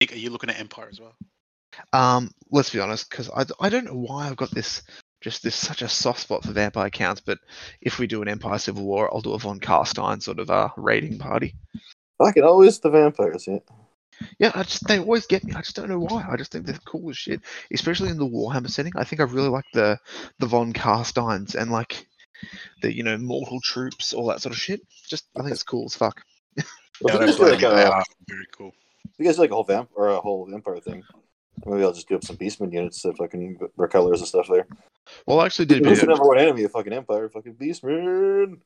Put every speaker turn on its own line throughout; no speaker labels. Nick, are you looking at Empire as well?
Um, let's be honest, because I, I don't know why I've got this just this such a soft spot for vampire counts. But if we do an Empire Civil War, I'll do a von Karstein sort of uh, raiding party.
Fucking always Oh, the vampires, yeah.
Yeah, I just they always get me. I just don't know why. I just think they're cool as shit, especially in the Warhammer setting. I think I really like the the von Karsteins and like the you know mortal troops, all that sort of shit. Just I think it's cool as fuck.
Well,
Yeah,
if we just
that's
do like
they
a,
are very cool.
if you guys do like a whole vamp or a whole vampire thing. Maybe I'll just do up some beastman units if I can recolors and stuff there.
Well, I actually did a
Who's
bit.
the
Of,
number one enemy of fucking Empire? Fucking Beastman!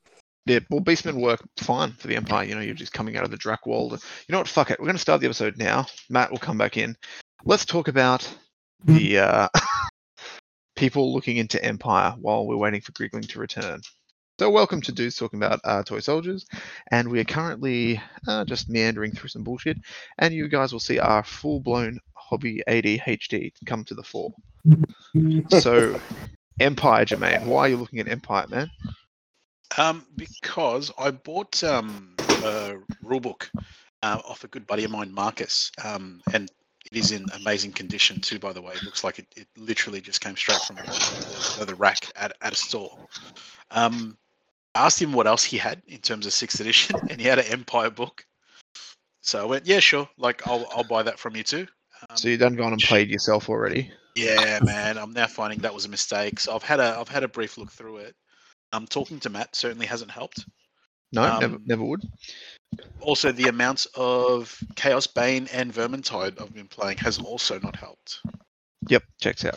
yeah, well, beastmen work fine for the Empire. You know, you're just coming out of the Drakwald. You know what? Fuck it. We're gonna start the episode now. Matt will come back in. Let's talk about the uh, people looking into Empire while we're waiting for Grigling to return. So, welcome to Dudes Talking About uh, Toy Soldiers, and we are currently uh, just meandering through some bullshit, and you guys will see our full blown hobby ADHD come to the fore. so, Empire, Jermaine, why are you looking at Empire, man?
Um, because I bought um, a rulebook uh, off a good buddy of mine, Marcus, um, and it is in amazing condition too. By the way, it looks like it, it literally just came straight from the, the rack at, at a store. Um, I asked him what else he had in terms of sixth edition, and he had an Empire book. So I went, yeah, sure, like I'll I'll buy that from you too. Um,
So, you've done gone and played yourself already.
yeah, man. I'm now finding that was a mistake. So I've had a I've had a brief look through it. Um, talking to Matt certainly hasn't helped.
No, never,
Um,
never would.
Also, the amounts of Chaos Bane and Vermintide I've been playing has also not helped.
Yep, checks out.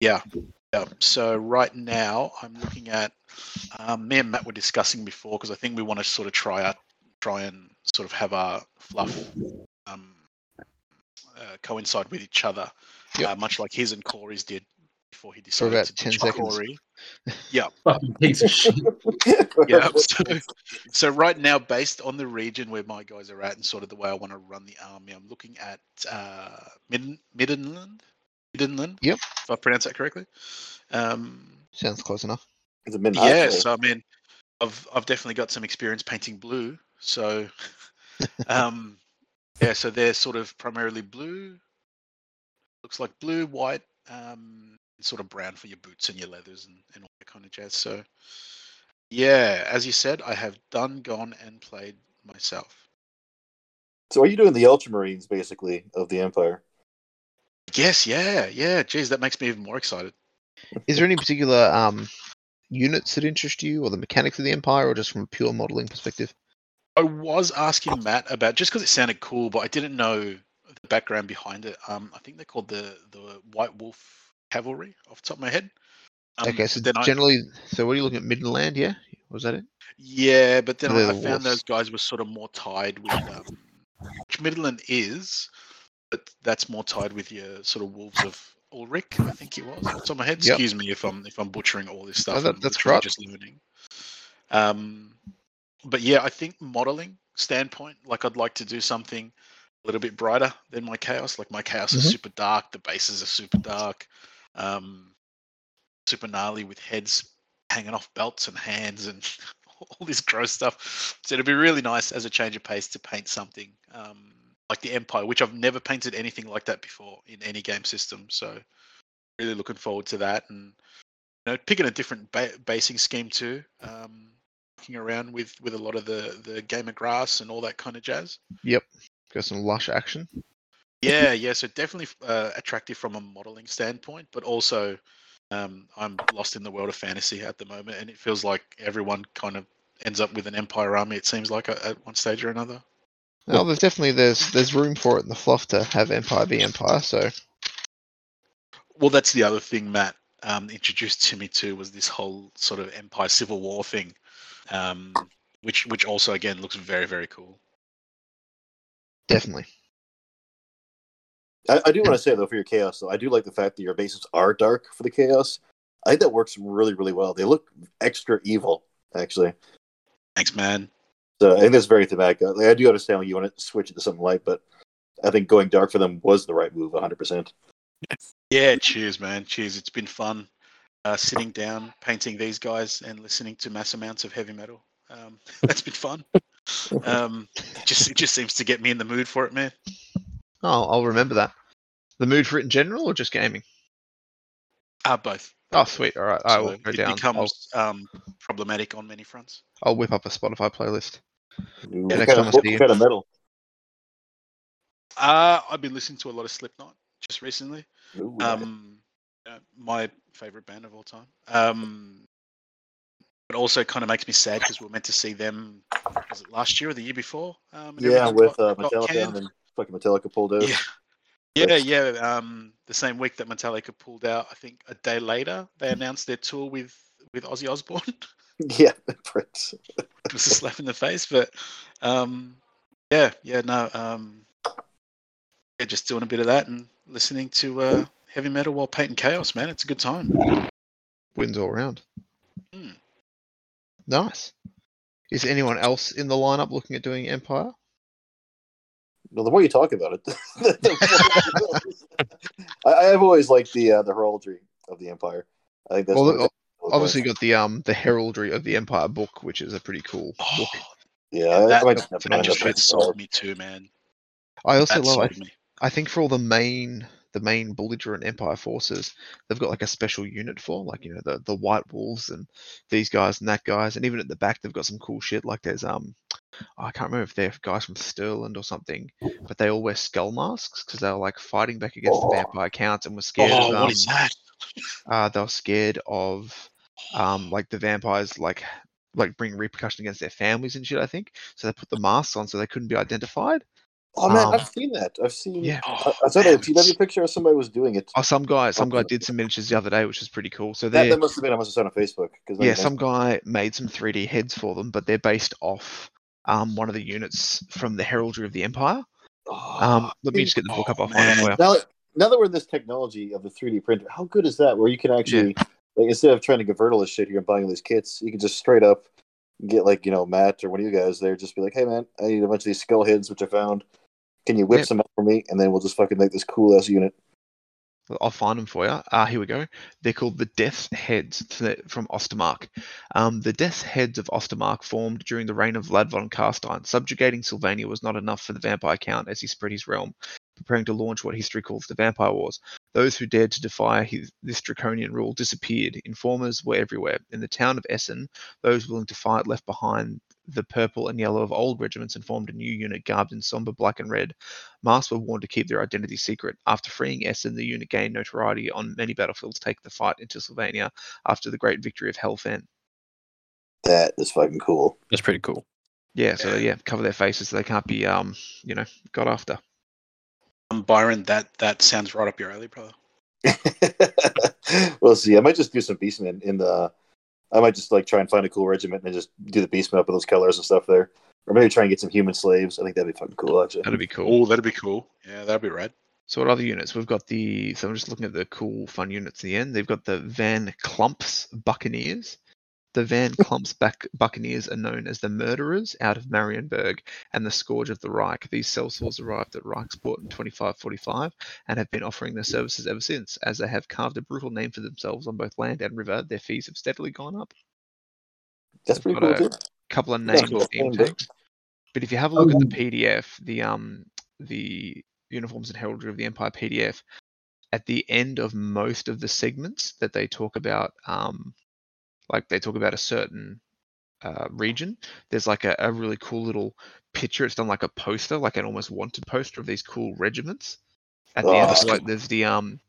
Yeah. Um, So right now, I'm looking at um, me and Matt were discussing before because I think we want to sort of try out, try and sort of have our fluff um, uh, coincide with each other,
Yep.
uh, much like his and Corey's did before he
For
decided
about
to
10
ditch
seconds.
Corey.
Fucking piece of shit.
yeah. So, so right now, based on the region where my guys are at and sort of the way I want to run the army, I'm looking at uh, Mid Midinland. Midinland.
Yep.
If I pronounce that correctly. Um,
Sounds close enough.
It's a midnight.
yeah. So I mean, I've I've definitely got some experience painting blue. So, um, yeah. So they're sort of primarily blue. Looks like blue, white, um, sort of brown for your boots and your leathers and, and all that kind of jazz. So, yeah, as you said, I have done, gone, and played myself.
So are you doing the Ultramarines basically of the Empire?
Yes, yeah, yeah. Geez, that makes me even more excited.
Is there any particular um, units that interest you, or the mechanics of the Empire, or just from a pure modeling perspective?
I was asking Matt about just because it sounded cool, but I didn't know the background behind it. Um, I think they're called the the White Wolf Cavalry off the top of my head. Um,
okay, so
but then I-
generally, so what are you looking at? Midland, yeah? Was that it?
yeah, but then I,
They're
I
the
found
wolves.
those guys were sort of more tied with um, which Midland is, but that's more tied with your sort of Wolves of Ulrich, I think it was off the top of my head.
Yep.
Excuse me if I'm if I'm butchering all this stuff.
that-
I'm
that's
literally
right.
Just learning. Um, but yeah, I think modeling standpoint, like I'd like to do something a little bit brighter than my chaos. Like my chaos is
Mhm.
super dark, the bases are super dark, um, super gnarly with heads hanging off belts and hands and all this gross stuff. So it'd be really nice as a change of pace to paint something um, like the Empire, which I've never painted anything like that before in any game system. So really looking forward to that and you know picking a different ba- basing scheme too. Um, Fucking around with with a lot of the the game of grass and all that kind of jazz.
Got some lush action.
Yeah, yeah. So definitely f- uh, attractive from a modeling standpoint, but also um, I'm lost in the world of fantasy at the moment, and it feels like everyone kind of ends up with an empire army. It seems like at, at one stage or another.
Well, Oh, there's definitely there's there's room for it in the fluff to have Empire be Empire. So
Well, that's the other thing Matt um, introduced to me too was this whole sort of empire civil war thing, um, which which also again looks very very cool.
definitely,
I, I do want to say though for your chaos though, I do like the fact that your bases are dark for the chaos. I think that works really, really well. They look extra evil, actually.
Thanks, man.
So I think that's very thematic. Uh, Like, I do understand why you want to switch it to something light, but I think going dark for them was the right move, 100. percent
Yeah, cheers, man. Cheers. It's been fun uh, sitting down, painting these guys, and listening to mass amounts of heavy metal. Um, that's been fun. Um, it just it just seems to get me in the mood for it, man.
Oh, I'll remember that. The mood for it in general, or just gaming?
Uh, both.
Oh, sweet. All right, I will
So
go
it
down. I'll,
becomes um, problematic on many fronts.
I'll whip up a Spotify playlist.
What
next
kind,
time I
of, what
see you.
kind of metal?
Uh, I've been listening to a lot of Slipknot just recently.
Ooh,
Um, uh, my favorite band of all time. Um, it also kind of makes me sad because we were meant to see them was it last year or the year before. Um, and
yeah,
everything
with
got-
uh,
got
Metallica
canned.
and then fucking Metallica pulled out.
Yeah. Yeah, yeah. Um, the same week that Metallica pulled out, I think a day later, they announced their tour with with Ozzy Osbourne. it
Yeah, Prince.
was a slap in the face, but um, yeah, yeah, no. Um, yeah, just doing a bit of that and listening to uh, heavy metal while painting chaos, man. It's a good time.
Wins all round.
Hmm.
Nice. Is anyone else in the lineup looking at doing Empire?
Well, the more you talk about it, the, more you know. I, I've always liked the uh, the heraldry of the Empire. I think that's
well,
one of
o-
the-
obviously you got the um the heraldry of the Empire book, which is a pretty cool book.
Oh,
Yeah, I-
that-
I might just
that
have to
that
find
just
that
that
place.
sold me too, man.
I also
That
love. I
sold me.
I think for all the main the main belligerent empire forces, they've got like a special unit for, like you know the the White Wolves and these guys and that guys, and even at the back they've got some cool shit. Like there's um, I can't remember if they're guys from Stirland or something, but they all wear skull masks because they were like fighting back against the vampire counts and were scared
Oh,
of um,
what is that?
uh, they were scared of um, like the vampires like like bring repercussion against their families and shit. I think so they put the masks on so they couldn't be identified.
Oh man,
Um,
I've seen that. I've seen.
Yeah.
I,
Oh,
I saw
man,
that PW picture of somebody was doing it.
Oh, some guy, some guy
Okay.
did some miniatures the other day, which is pretty cool. So
That,
they're
that must have been. I must have seen on Facebook because
yeah, some guy made some 3D heads for them, but they're based off um, one of the units from the Heraldry of the Empire. Um, let me just get the book
Oh,
up. I'll find it
man.
for you.
now, that- now that we're in this technology of the 3D printer, how good is that? Where you can actually, like, instead of trying to convert all this shit here and buying all these kits, you can just straight up get like you know Matt or one of you guys there, just be like, hey man, I need a bunch of these skull heads which I found. Can you whip
Yep.
some up for me, and then we'll just fucking make this cool ass unit.
I'll find them for you. Ah, here we go. They're called the Death's Heads th- from Ostermark. Um, the Death's Heads of Ostermark formed during the reign of Vlad von Karstein. Subjugating Sylvania was not enough for the vampire count as he spread his realm, preparing to launch what history calls the Vampire Wars. Those who dared to defy his, this draconian rule disappeared. Informers were everywhere. In the town of Essen, those willing to fight left behind the purple and yellow of old regiments and formed a new unit garbed in somber black and red. Masks were warned to keep their identity secret. After freeing Essen, the unit gained notoriety on many battlefields, taking the fight into Sylvania after the great victory of Hellfent.
That is fucking cool.
That's pretty cool.
Yeah, so
Yeah.
yeah, cover their faces so they can't be, um, you know, got after.
Um, Byron, that that sounds right up your alley, brother.
we'll see. I might just do some beastmen in the. I might just like try and find a cool regiment and just do the beastmen up with those colors and stuff there, or maybe try and get some human slaves. I think that'd be fucking cool, actually.
That'd be cool.
Oh, that'd be cool. Yeah, that'd be rad.
So what other units? We've got the. So I'm just looking at the cool, fun units at the end. They've got the Van Clumps Buccaneers. The Van Clumps Bac- Buccaneers are known as the Murderers out of Marienburg and the Scourge of the Reich. These sellswords arrived at Reichsport in 2545 and have been offering their services ever since. As they have carved a brutal name for themselves on both land and river, their fees have steadily gone up.
That's pretty cool
Got
too.
couple of
Yeah,
names
cool.
name
Yeah.
tags. But if you have a look at the
Um,
PDF, the um the uniforms and heraldry of the Empire PDF, at the end of most of the segments that they talk about, um, like they talk about a certain uh, region, there's like a, a really cool little picture. It's done like a poster, like an almost wanted poster of these cool regiments. At the end,
Oh,
it's
that's
like there's the um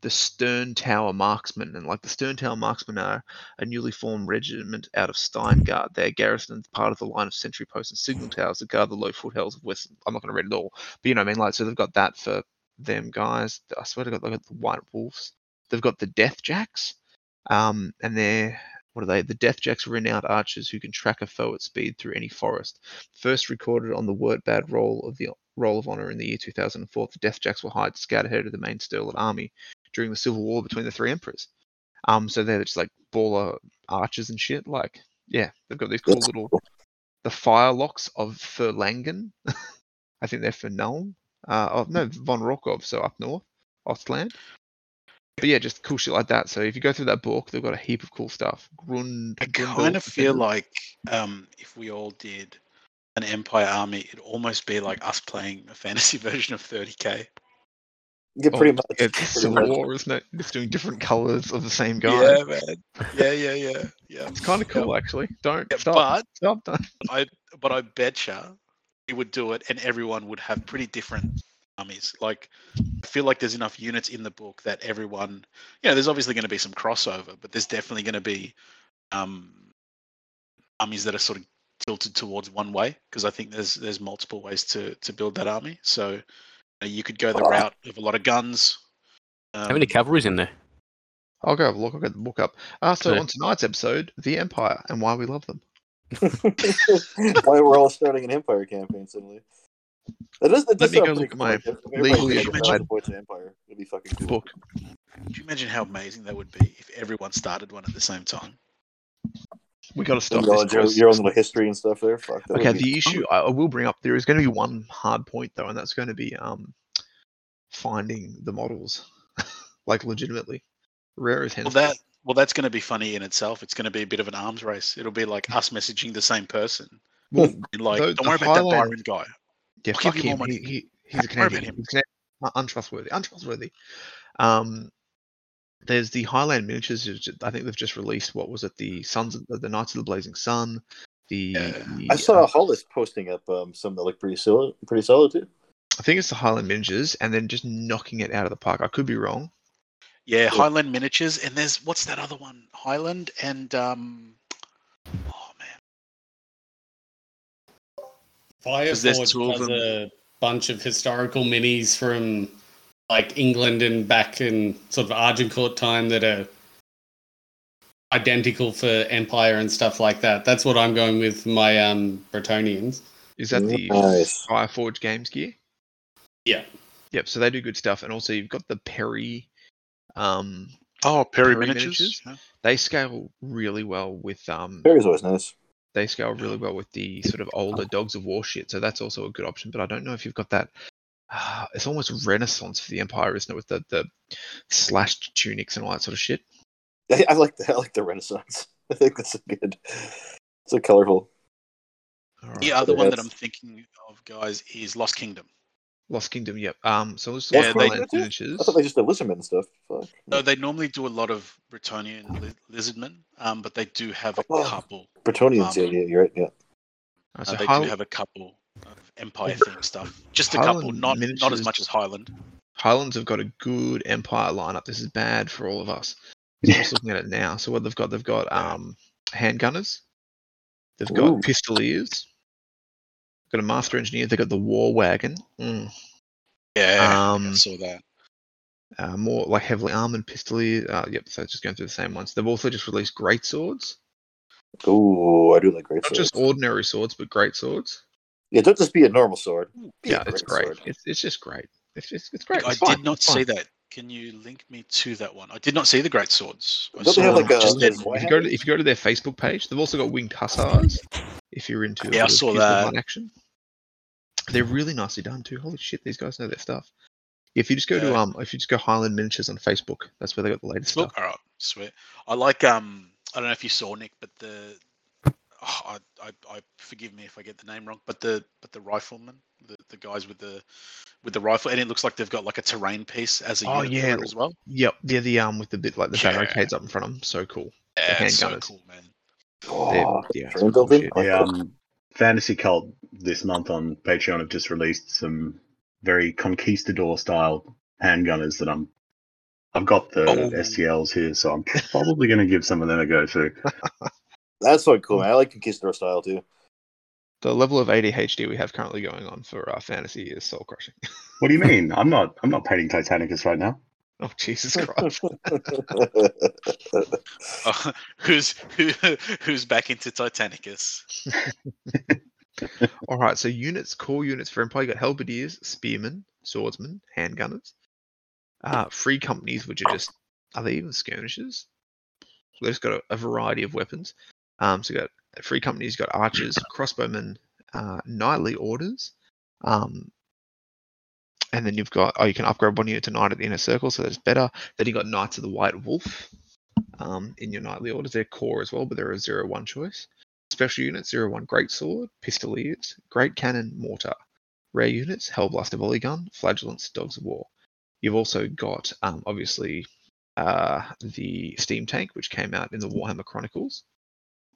the Stern Tower Marksmen, and like the Stern Tower Marksmen are a newly formed regiment out of Steingart. They're garrisoned as part of the line of sentry posts and signal towers that guard the low foothills of West. I'm not going to read it all, but you know what I mean. Like, so they've got that for them guys. I swear to God, they've got the White Wolves. They've got the Death Jacks, um, and they're what are they? The Death Jacks are renowned archers who can track a foe at speed through any forest. First recorded on the Wurtbad roll of the Roll of Honor in the year 2004, the Death Jacks were hired to scout ahead of the main Stirling army during the civil war between the three emperors. Um, so they're just like baller archers and shit. Like, yeah, they've got these cool
That's
little
cool.
the firelocks of Furlangen. I think they're for Nulm. Uh, oh no, von Rockov, so up north, Ostland. But yeah, just cool shit like that. So if you go through that book, they've got a heap of cool stuff. Grund.
I
Grundel,
kind of feel
Defender.
like um, if we all did an Empire army, it'd almost be like us playing a fantasy version of 30k.
Yeah, pretty much.
Oh, It's
pretty
Civil
much.
War, isn't it? It's doing different colors of the same guy.
Yeah, man. Yeah, yeah, yeah, yeah.
It's kind of cool, actually. Don't
Yeah,
stop.
but
stop. Don't.
but I betcha he would do it, and everyone would have pretty different armies. Like, I feel like there's enough units in the book that everyone, you know, there's obviously going to be some crossover, but there's definitely going to be um, armies that are sort of tilted towards one way because I think there's there's multiple ways to to build that army. So you, know, you could go the route of a lot of guns.
How many
um,
cavalry's in there?
I'll go have a look. I'll get the book up. Uh, so,
Okay.
on tonight's episode, The Empire and why we love them.
Why we're all starting an empire campaign suddenly? That does, that does
Let me
sound
go look
pretty
at
cool.
my
If everybody
legally
had a
advised-
boy to empire. It'd be fucking cool.
Book.
Could you imagine how amazing that would be if everyone started one at the same time?
we got to
Your
stop
own-
this.
your,
Chris.
your own little history and stuff there. Fuck. that
Okay,
would be-
the issue I I will bring up there is going to be one hard point though, and that's going to be um finding the models, like legitimately. Rare as
Well,
hell.
that well, that's going to be funny in itself. It's going to be a bit of an arms race. It'll be like us messaging the same person.
Well,
And like,
Though
don't
the
worry about that
Highland- yeah,
Byron guy. I'll give
fuck
you more
him. He,
money.
he, he's a
Don't worry about
Canadian.
him.
He's Canadian. Uh, Untrustworthy. Untrustworthy. Um, there's the Highland miniatures. is ju- I think they've just released. What was it? The Sons of the, the Knights of the Blazing Sun. The
I saw
uh,
Hollis posting up um, some that look pretty solid, pretty solid too.
I think it's the Highland miniatures, and then just knocking it out of the park. I could be wrong.
Yeah, Highland miniatures, and there's what's that other one? Highland and um, oh man,
Fireforge
there's two of
does
them.
a bunch of historical minis from like England and back in sort of Agincourt time that are identical for Empire and stuff like that. That's what I'm going with my um Bretonians.
Is that the
Nice.
Fireforge Games gear?
Yeah.
Yep. So they do good stuff, and also you've got the Perry. Um,
oh Perry,
Perry
miniatures.
miniatures? they scale really well with um.
Perry's always nice.
They scale really well with the sort of older Dogs of War shit, so that's also a good option. But I don't know if you've got that. Uh, it's almost Renaissance for the Empire, isn't it? With the the slashed tunics and all that sort of shit.
I, I like the I like the Renaissance. I think that's a good. It's a colorful.
All right.
The other one that
Yes.
I'm thinking of, guys, is Lost Kingdom.
Lost Kingdom. Yep. Um. So it's
Yeah, they-
Highland
I
miniatures.
thought they just did Lizardmen stuff. Fuck.
No, they normally do a lot of Bretonian li- lizardmen, um, but they do have a
Oh.
couple.
Bretonians, yeah,
Um,
yeah, you're right. Yeah,
All right,
Uh,
so
they
Highland-
do have a couple of Empire themed stuff. Just a couple,
Highland
not not as
miniatures-
much as Highland.
Highlands have got a good Empire lineup. This is bad for all of us. I'm just looking at it now. So what they've got, they've got um, handgunners. They've got
Ooh.
pistoliers. Got a master engineer. They've got the war wagon. Mm.
Yeah, I
Um,
saw that.
uh, more like heavily armored pistolier. Uh, yep. So it's just going through the same ones. They've also just released great swords.
Ooh, I do like great
Not
swords.
just ordinary swords, but great swords.
yeah, don't just be a normal sword. Be a
Yeah, it's great.
sword.
It's, it's just great. It's just it's great.
I
It's fine.
did not
It's fine.
see that. Can you link me to that one? I did not see the Great Swords. I
Don't they
saw
have
them
like a?
just then.
a
Um, If you go to if you go to their Facebook page, they've also got winged hussars. If you're into a
Yeah, I
bit of
saw
Fuse
that.
Line action, they're really nicely done too. Holy shit, these guys know their stuff. If you just go to
Yeah.
um, if you just go Highland Miniatures on Facebook, that's where they got the latest
Look,
stuff.
all right, sweet. I like. Um, I don't know if you saw Nick, but the. oh, I, I, I forgive me if I get the name wrong, but the but the rifleman, the, the guys with the with the rifle, and it looks like they've got like a terrain piece as a
Oh,
unit
yeah.
for it as well.
Yep, they're the um with the bit like the
Yeah.
barricades up in front of them. So cool.
Yeah, it's so
handgunners.
cool, man.
They're-
Oh,
yeah,
terrain
some cool
building?
shit.
Oh,
The um, Fantasy Cult this month on Patreon have just released some very conquistador style handgunners that I'm. I've got the
Oh.
STLs here, so I'm probably going to give some of them a go too.
that's
um,
so cool. Man. I like conquistador style too.
The level of ADHD we have currently going on for our fantasy is soul crushing.
What do you mean? I'm not. I'm not painting Titanicus right now.
Oh Jesus Christ!
Oh, who's who, who's back into Titanicus?
All right, so units, core units for Empire, you got halberdiers, spearmen, swordsmen, handgunners, uh, free companies, which are just are they even skirmishers? They've just got a, a variety of weapons. Um, so you got free companies, you got archers, crossbowmen, uh, knightly orders, um, and then you've got oh, you can upgrade one unit to knight at the inner circle, so that's better. Then you got knights of the white wolf um, in your knightly orders. They're core as well, but they're a zero one choice. Special units: zero one great sword, pistoliers, great cannon, mortar. Rare units: hellblaster volley gun, flagellants, dogs of war. You've also got um, obviously uh, the steam tank, which came out in the Warhammer Chronicles.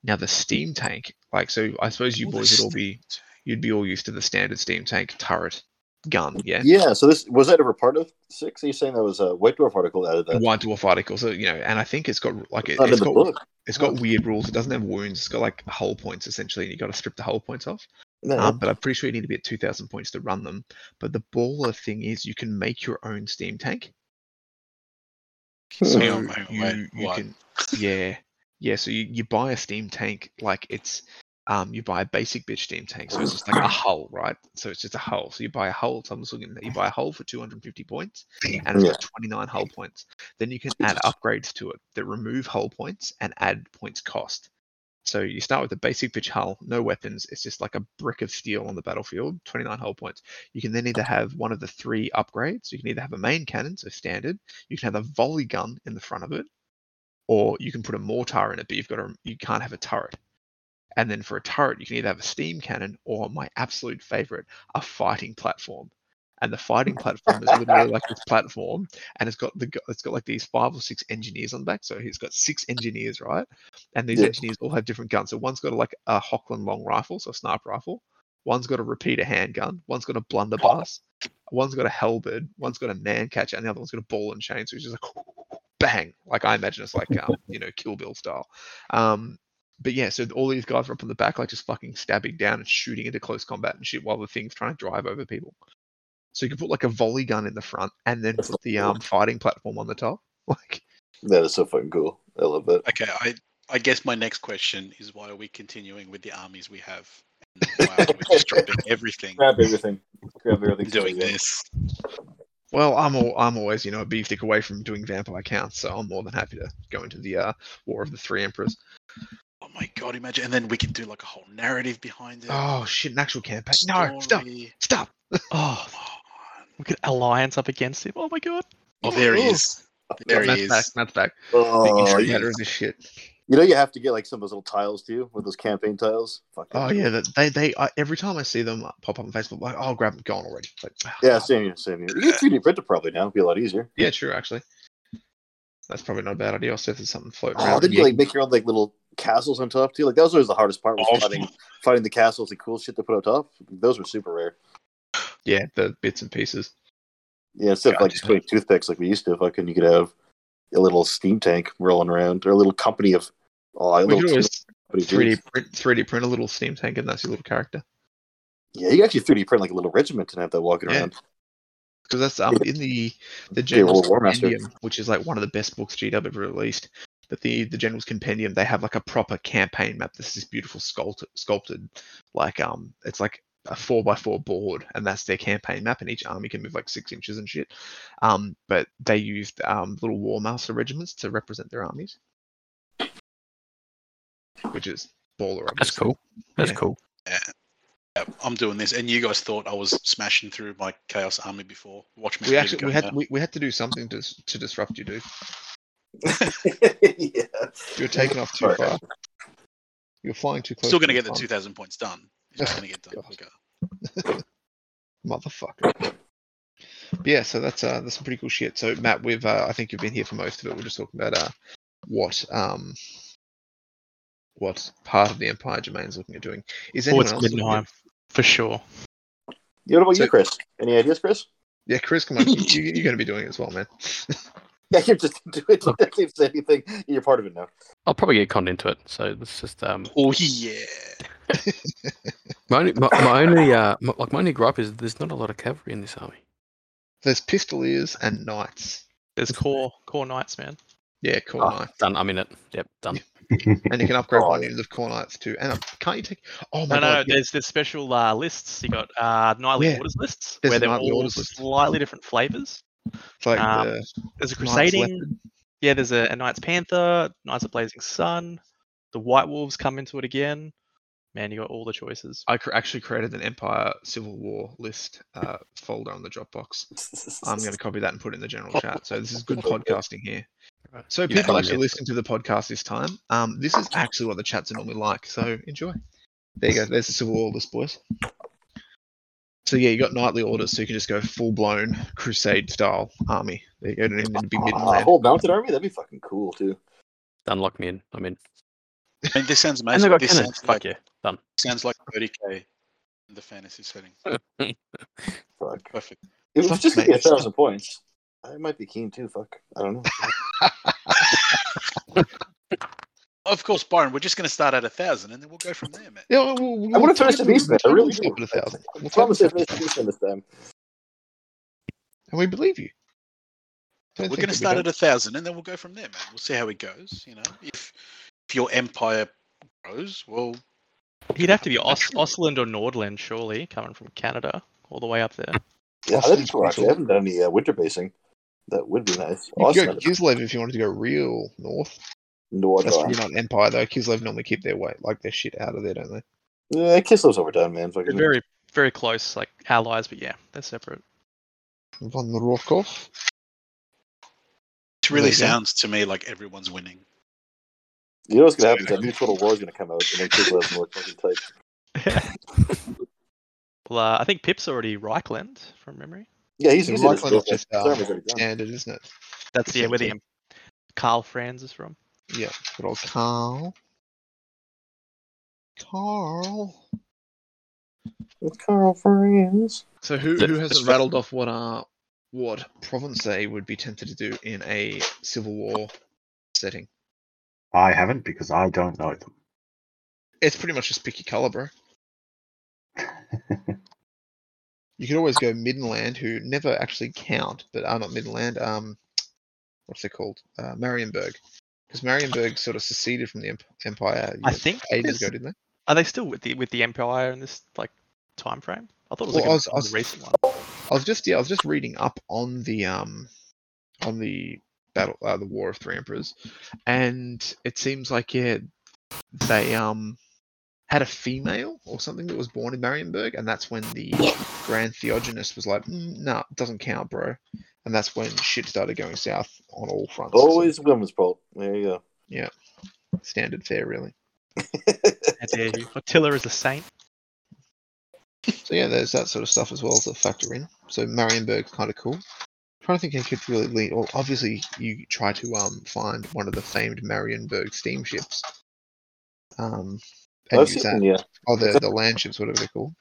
Now the steam tank, like so, I suppose you
All the
boys would all
steam
be
tank.
you'd be all used to the standard steam tank turret gun, yeah.
Yeah, so this was that ever part of six? Are you saying that was a White Dwarf article that added that?
White dwarf article, so you know, and I think it's got like it,
Not in
has
the
got
book.
it's got weird rules. It doesn't have wounds. It's got like hull points essentially, and you got to strip the hull points off.
No.
Um, but I'm pretty sure you need to be at 2,000 points to run them. But the baller thing is you can make your own steam tank. So
Hang on, hang on,
you,
wait,
you
what?
can, yeah, yeah. So you, you buy a steam tank like it's, um, you buy a basic bitch steam tank. So it's just like a hull, right? So it's just a hull. So you buy a hull. So I'm just looking. at- You buy a hull for 250 points, and it's
Yeah.
got 29 hull points. Then you can add upgrades to it that remove hull points and add points cost. So you start with a basic pitch hull, no weapons. It's just like a brick of steel on the battlefield, 29 hull points. You can then either have one of the three upgrades. You can either have a main cannon, so standard. You can have a volley gun in the front of it, or you can put a mortar in it, but you've got to, you can't have a turret. And then for a turret, you can either have a steam cannon or my absolute favorite, a fighting platform. And the fighting platform is literally like this platform, and it's got the g- it's got like these five or six engineers on the back. So he's got six engineers, right? And these
Yeah.
engineers all have different guns. So one's got a, like a Hockland long rifle, so a sniper rifle. One's got a repeater handgun. One's got a blunderbuss. One's got a halberd. One's got a man catcher, and the other one's got a ball and chain. So it's just like bang, like I imagine it's like um, you know Kill Bill style. Um, but yeah, so all these guys are up on the back, like just fucking stabbing down and shooting into close combat and shit, while the thing's trying to drive over people. So you can put like a volley gun in the front and then
That's
put the
cool.
um fighting platform on the top. Like,
That is so fucking cool. I love that.
Okay, I I guess my next question is why are we continuing with the armies we have? And why are we just dropping everything?
Grab everything. Grab everything.
Doing this.
well, I'm all, I'm always you know a beef stick away from doing vampire counts, so I'm more than happy to go into the uh, War of the Three Emperors.
Oh my god, imagine and then we can do like a whole narrative behind it.
Oh shit, an actual campaign? No, stop,
story.
stop.
Oh,
Come on.
we could alliance up against him. Oh my god.
Oh, there he
Oh.
is. There he
Matt's back.
is.
Matt's back. The
Oh,
intro
yeah.
header of this shit.
You know you have to get like some of those little tiles too, with those campaign tiles. Fuck
Oh yeah, that they they I, every time I see them pop up on Facebook, like oh grab them, gone already. It's Like ah,
Yeah, same here, same here. You get 3D printer probably now, it'd be a lot easier.
yeah, true actually. That's probably not a bad idea. I'll see if there's something floating
Oh,
around.
then
and
you
you
like make your own like little castles on top too. Like that was always the hardest part was
Oh.
finding finding the castles and cool shit to put on top. Those were super rare.
can- yeah, the bits and pieces.
Yeah, instead of like
Gotcha.
just putting toothpicks like we used to, fucking you could have a little steam tank rolling around or a little company of oh, a
We
little
could
team
always
of company
three
dudes.
D print three D print a little steam tank, and that's your little character.
Yeah, you could actually 3D print like a little regiment and have that walking
Yeah.
around.
Because that's um in the the
Be a
General's
little War Master.
Compendium, which is like one of the best books GW ever released. But the the General's Compendium, they have like a proper campaign map. This is beautiful sculpted sculpted, like um, it's like a four by four board, and that's their campaign map. And each army can move like six inches and shit. Um, but they used um little War Master regiments to represent their armies, which is baller.
That's
obviously.
cool. That's
Yeah.
cool.
Yeah, I'm doing this. And you guys thought I was smashing through my Chaos Army before. Watch me.
We
do
actually
go
we
now.
had we, we had to do something to s- to disrupt you, dude.
yeah.
You're taking off too
Sorry.
far. You're flying too close.
Still going to
the
get the
sun.
2,000 points done. It's just going to get done
God.
quicker.
motherfucker. But yeah, so that's uh, that's some pretty cool shit. So Matt, we've uh, I think you've been here for most of it. We're just talking about uh, what um, what part of the empire Jermaine's looking at doing. Is
Oh,
anyone
it's
else? looking at-
Midnight for sure.
Yeah, What about
So-
you, Chris? Any ideas, Chris?
Yeah, Chris, come on, you, you're going to be doing it as well, man.
Yeah, you're just into it. Don't even say anything. You're part of it now.
I'll probably get conned into it. So it's just um
Oh, yeah.
my only my, my only uh my, like my only gripe is there's not a lot of cavalry in this army.
There's pistoliers and knights.
There's core core knights, man.
Yeah,
Oh,
core
Ah,
knights,
done. I'm in it. Yep, done.
and you can upgrade
Oh,
one
yeah.
unit of core knights too. And uh, can't you take? Oh my
No, no,
god! yeah.
there's there's special uh, lists. You got uh, nightly
Yeah.
orders lists
There's
where
a
they're
nightly
all
orders list.
slightly different flavors.
It's like
um,
the
There's a
Knights
crusading.
Leopard.
Yeah, there's a, a knight's panther, knights of blazing sun. The white wolves come into it again.
Man, you got all the choices.
I cr- actually created an Empire Civil War list uh, folder on the Dropbox. I'm going to copy that and put it in the general chat. So this is good podcasting here. So
Yeah,
people
I'm
actually
in.
listening to the podcast this time. Um, this is actually what the chats are normally like. So enjoy. There you go. There's the Civil War list, boys. So yeah, you got knightly orders, so you can just go full blown crusade style army. There you go. Don't even need to be
A
middle man.
Ah, whole mounted army? That'd be fucking cool too.
Unlock me in. I'm in.
I mean, this sounds
And they
amazing.
got
This
cannons.
sounds like,
Fuck yeah.
sounds like 30k in the fantasy setting.
Fuck.
Perfect.
It
Fuck,
was just gonna be a
mate.
thousand points. I might be keen too. Fuck. I don't know.
Of course, Byron, we're just going to start at a thousand and then we'll go from there, mate.
Yeah, well, we'll, we'll,
I want to finish the
we'll-
beast, man. I
we'll
really
stop
do.
at a thousand.
I
We'll
promise I
stop at a
finished the
thousand.
beast this time.
and we believe you. Don't
We're
think that
going to
we
start
don't.
at a thousand and then we'll go from there, man. We'll see how it goes. You know, if if your empire grows, well,
You'd have to be Os- Osland or Nordland, surely, coming from Canada all the way up there.
Yeah, that'd be cool. Actually, I
Austin's
haven't done any uh, winter basing. That would be nice.
You could go
Awesome.
Kislev if you wanted to go real north.
No,
That's really not Empire though. Kislev normally keep their weight like their shit out of there, don't they?
yeah, Kislev's overdone, man. Fucking
Very, very close, like allies, but yeah, they're separate.
Von Rokov.
it really
There you go.
sounds to me like everyone's winning.
You know what's gonna happen? is That new Total War is gonna come out, and then Kislev's more fucking tight.
Well, uh, I think Pip's already Reichland from memory.
Yeah, he's,
So
he's in his
Reichland is
girlfriend.
just
His
uh,
army's already done.
standard, isn't it?
That's yeah, where the
Essentially.
um, Carl Franz is from.
Yeah. Good old Carl. Carl.
With Carl Franz.
So who
The-
who
the
hasn't
stru-
rattled off what uh what province they would be tempted to do in a civil war setting?
I haven't because I don't know them.
It's pretty much just pick your color, bro. You could always go Midland, who never actually count, but are not Midland. Um, what's it called? Uh, Marienburg, because Marienburg sort of seceded from the emp- empire.
I
you know,
think
ages
there's-
ago, didn't they?
Are they still with the with the Empire in this like time frame? I thought it was
Well,
like
I
a,
was- I
it was a
was-
recent one.
I was just yeah, I was just reading up on the um, on the battle, uh, the War of Three Emperors, and it seems like yeah, they um had a female or something that was born in Marienburg, and that's when the Grand Theogenist was like, mm, no, it doesn't count, bro. And that's when shit started going south on all fronts. So-
Always women's fault. There you go.
standard fare, really.
How dare you? Attila is a saint.
So yeah, there's that sort of stuff as well as a factor in. So Marienburg's kind of cool. trying to think I could really lead. Well, obviously, you try to um find one of the famed Marienburg steamships. Um, and
I've
use
seen
that.
yeah,
Oh, the the land ships, whatever they're called.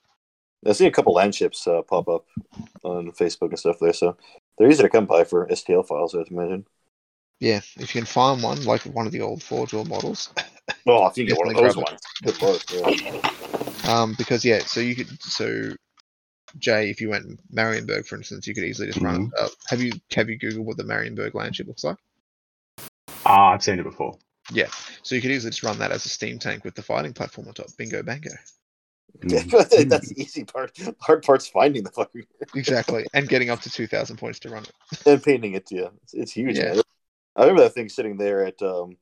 I've seen a couple land ships uh, pop up on Facebook and stuff there, so they're easy to come by for STL files. I have to imagine.
Yeah, if you can find one, like one of the old Forge World models,
Oh, if you can get one of
Definitely
those
grab
ones, good lord. Yeah.
Um, because yeah, so you could so Jay, if you went Marienburg, for instance, you could easily just run. it up. have you have you googled what the Marienburg landship looks like?
Ah, I've seen it before.
So you could easily just run that as a steam tank with the fighting platform on top. Bingo, bango.
Mm.
That's the easy part. Hard part's finding the fucking
Exactly, and getting up to two thousand points to run it.
and painting it to you. It's, it's huge.
Yeah.
Man. I remember that thing sitting there at um,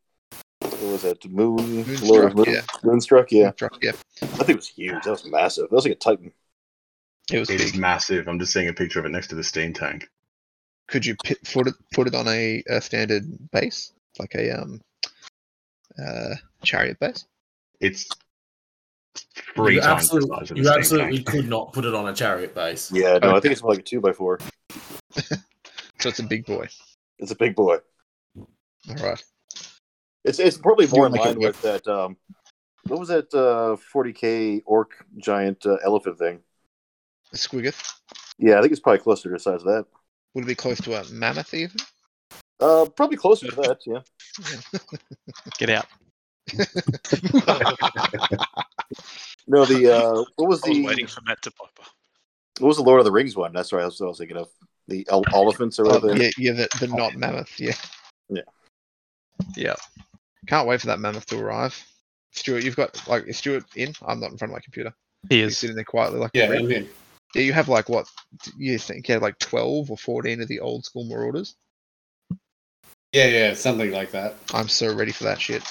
what was that Moon
Moonstruck,
Moon,
yeah.
Moonstruck. Yeah,
Yeah,
that thing was huge. That was massive. That was like a Titan.
it was
It is
big.
massive. I'm just seeing a picture of it next to the steam tank.
Could you pit, put it put it on a, a standard base, like a um uh chariot base?
It's three
you
times
absolute-
the size of the
you
steam
absolutely
tank.
could not put it on a chariot base.
Yeah, no, I
Okay.
think it's more like a two by four.
So it's a big boy.
It's a big boy.
All right.
It's it's probably
You
more in
make it
line
work.
with that. Um, what was that uh, 40k orc giant uh, elephant thing?
Squiggith.
Yeah, I think it's probably closer to the size of that.
Would it be close to a mammoth even?
Uh, probably closer to that. Yeah.
Get out.
No, the uh, what was
I was
the
waiting for Matt to pop up.
what was the Lord of the Rings one? That's right. That's what I was thinking of. The el- elephants or whatever.
Oh, yeah, yeah, the, the not mammoth, yeah.
Yeah.
Yeah. Can't wait for that mammoth to arrive. Stuart, you've got like is Stuart in? I'm not in front of my computer.
He
He's
is.
sitting there quietly like a
Yeah,
brick.
I'm here.
yeah, you have like what you think you have like twelve or fourteen of the old school marauders.
Yeah, yeah, something like that.
I'm so ready for that shit.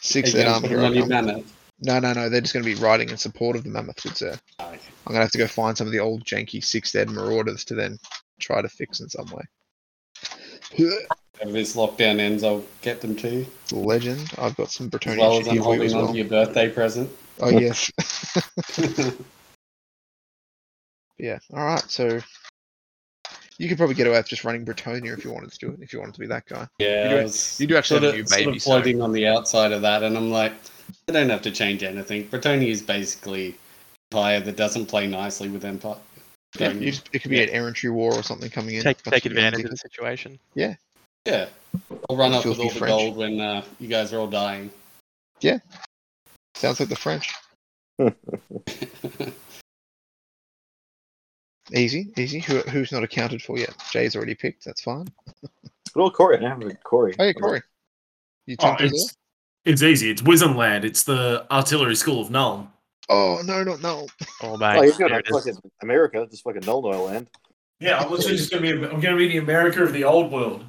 Six
Are you
that
gonna
army
put 'em on
hero
your
come.
mammoth?
No, no, no. They're just going to be riding in support of the mammoth. It's a, I'm going to have to go find some of the old janky six dead marauders to then try to fix in some way.
If this lockdown ends, I'll get them to you.
Legend. I've got some
As
Bretonian
well
shit
as
here
I'm
for you
holding
as
on
well.
to your birthday present.
Oh yes.
That's
yeah. All right. So you could probably get away with just running Bretonia if you wanted to do it. If you wanted to be that guy.
Yeah,
You do-
I was
you do actually
sort
have a
of,
new
sort
baby,
of
so-
floating on the outside of that, and I'm like, I don't have to change anything. Bretonia is basically Empire that doesn't play nicely with Empire.
Yeah.
Um,
you just, it could be an errantry war or something coming in.
Take
That's
take
what you wanna
advantage
do.
of the situation.
yeah, I'll run up with
Filthy
all the
French.
gold when uh, you guys are all dying.
Sounds like the French. Easy, easy. Who, who's not accounted for yet? Jay's already picked. That's fine.
Well, Corey, I haven't been Corey.
Oh yeah, Corey. You
Oh,
jumped in there?
it's, it's easy. It's Wizenland. It's the artillery school of Null.
Oh no, not no.
Oh
Oh,
mate,
he's going
there
to
it is.
fucking America, just fucking null no land.
Yeah, I'm literally just gonna be. I'm gonna be the America of the old world.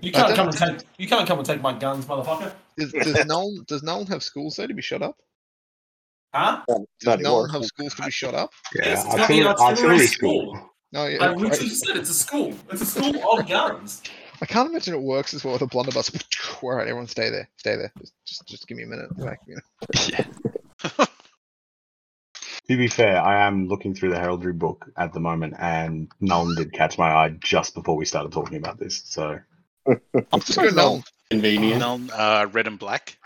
You can't come and take. You can't come and take my guns, motherfucker.
Does, does Nolan does Nolan have schools though to be shut up?
Huh?
No,
Does
not
Nolan
anymore.
have schools to be shut up?
Yes,
Yeah,
it's gonna be
artillery,
an
artillery
artillery
school.
school.
No, yeah.
I
right.
literally just said it's a school. It's a school of guns.
I can't imagine it works as well with a blunderbuss. All right, everyone, stay there, stay there. Just, just, just give me a minute. Like, you know.
To be fair, I am looking through the heraldry book at the moment, and Nolan did catch my eye just before we started talking about this. So
I'm just going Nolan.
Convenient.
Null, uh, red and black.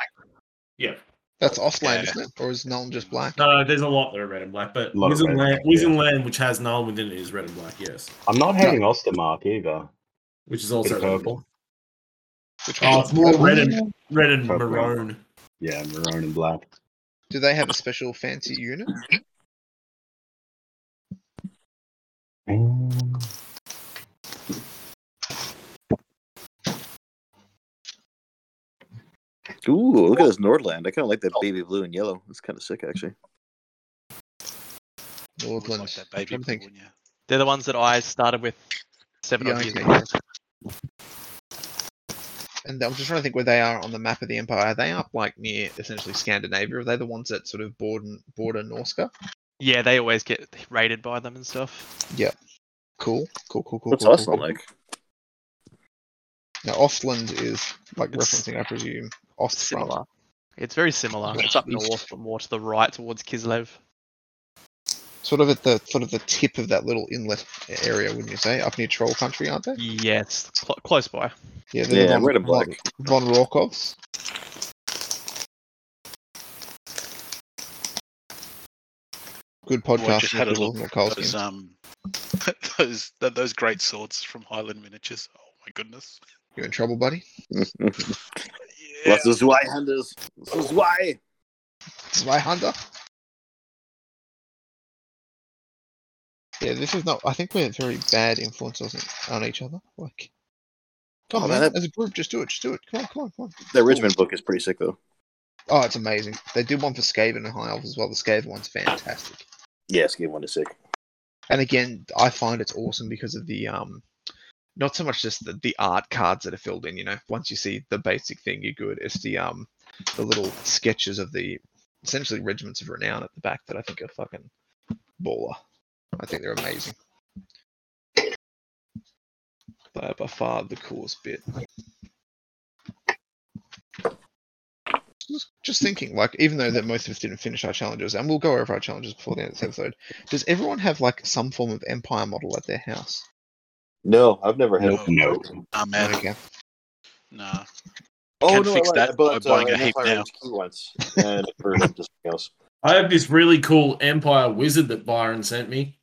That's Auslan,
Yeah.
isn't it? Or is Nolan just black?
No, there's a lot that are red and black, but
Lot of red
Wizenland,
and
Land,
black, yeah.
Wizenland, which has Null within it, is red and black. Yes,
I'm not hating Ostermark either.
which is
Bit
also
of
red and
purple.
Which
Oh,
one's
it's more
that
red
one?
and red and
Purple.
maroon.
Yeah, maroon and black.
Do they have a special fancy unit?
Mm.
Ooh, look at this Nordland. I kind of like
Oh.
that baby blue and yellow. It's kind of sick, actually.
Looks
Nordland.
like that baby.
Trying to think.
blue, yeah.
They're the ones that I started with seven
Yeah,
odd years
okay.
ago.
And I'm just trying to think where they are on the map of the empire. Are they up like near essentially Scandinavia? Are they the ones that sort of border border Norska?
Yeah, they always get raided by them and stuff.
Cool, cool, cool, cool.
What's
cool, cool, cool.
Auslan like?
Now Ostland is like
It's-
referencing, I presume, Ost from.
Similar. It's very similar.
Yeah.
It's up north, but more to the right towards Kislev.
sort of at the sort of the tip of that little inlet a- area, wouldn't you say? Up near Troll Country, aren't they?
Yes, cl- close by.
Yeah,
Yeah,
the
red and black.
Von Rorkovs. Good
Well, I
podcast. with
just had a
Will
look at
Mikulski.
those um, those th- those great swords from Highland Miniatures. Oh my goodness!
You're in trouble, buddy.
Yeah.
Lots of Zweihanders. Lots of Zwei.
Zweihander. Yeah, this is not. I think we're very bad influencers on each other. Like, come
Oh,
on,
man,
man.
that-
As a group, just do it. Just do it. Come on, come on, come on.
That Richmond book is pretty sick, though.
Oh, it's amazing. They did one for Skaven and High Elf as well. The Skaven one's fantastic.
Yeah, Skate 1 is sick.
and again i find it's awesome because of the um not so much just the, the art cards that are filled in you know once you see the basic thing you're good it's the um the little sketches of the essentially regiments of renown at the back that i think are fucking baller i think they're amazing they are by far the coolest bit just, just thinking like even though that most of us didn't finish our challenges and we'll go over our challenges before the end of this episode does everyone have like some form of empire model at their house?
No, I've never had
Nope.
it.
No.
I'm out.
Okay.
Nah.
Oh,
Can
no,
fix
I, lied.
that
I bought
by buying
uh,
a
an
heap
Empire
now.
HQ once, and it burned up to something else.
I have this really cool Empire wizard that Byron sent me.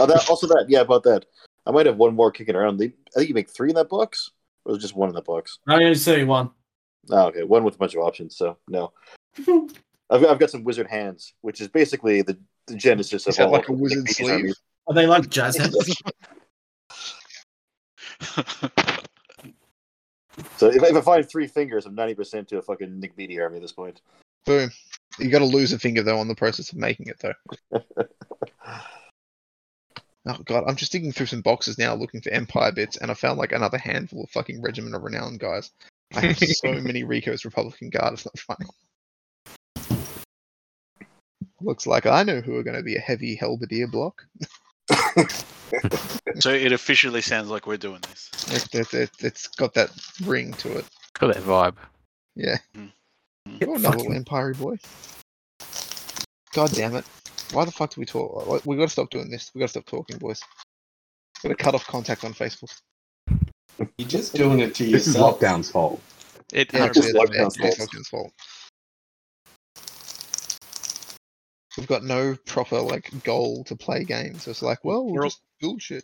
Oh, that also that. Yeah, about that. I might have one more kicking around. They, I think you make three in that box, or was it just one in that box?
I only see one.
Oh, okay, one with a bunch of options. So no, I've, I've got some wizard hands, which is basically the, the genesis
Is
of
that
all
like a wizard sleeve?
Are Oh, they like jazz hands?
So if, if I find three fingers, I'm ninety percent to a fucking Nick Beatty army at this point.
Boom. You got to lose a finger though on the process of making it though. Oh god, I'm just digging through some boxes now looking for empire bits, and I found like another handful of fucking regiment of renown guys. I have so many Rico's Republican Guard. It's not funny. Looks like I know who are going to be a heavy halberdier block.
So it officially sounds like we're doing this.
It, it, it, it's got that ring to it.
Got that vibe.
Yeah.
Mm.
You're another little empire boy. God damn it. Why the fuck do we talk? like, We gotta stop doing this. We gotta stop talking, boys. Gotta cut off contact on Facebook.
You're just doing it to
This is
yourself.
lockdown's fault.
It
Yeah,
just
actually, that's-
lockdown's
that's
fault.
Facebook's fault. We've got no proper like goal to play games. It's like, well, we'll
We're all-
just build shit.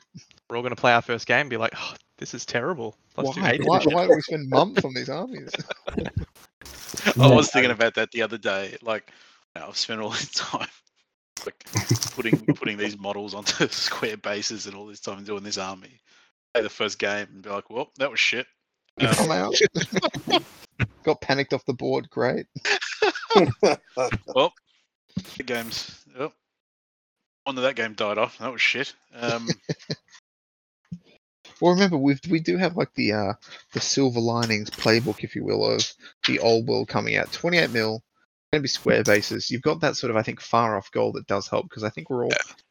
we're all going to play our first game and be like, oh, this is terrible. Let's do
Why?
eight
Why,
edition."
why do we spend months on these armies?
I was thinking about that the other day. Like, you know, I've spent all this time like putting putting these models onto square bases and all this time doing this army. Play the first game and be like, well, that was shit. Um,
Come out. got panicked off the board. Great.
the games. Oh, one of that game died off. That was shit. Um,
Well, remember we we do have like the uh, the silver linings playbook, if you will, of the old world coming out. Twenty eight mil, going to be square bases. You've got that sort of I think far off goal that does help because I think we're all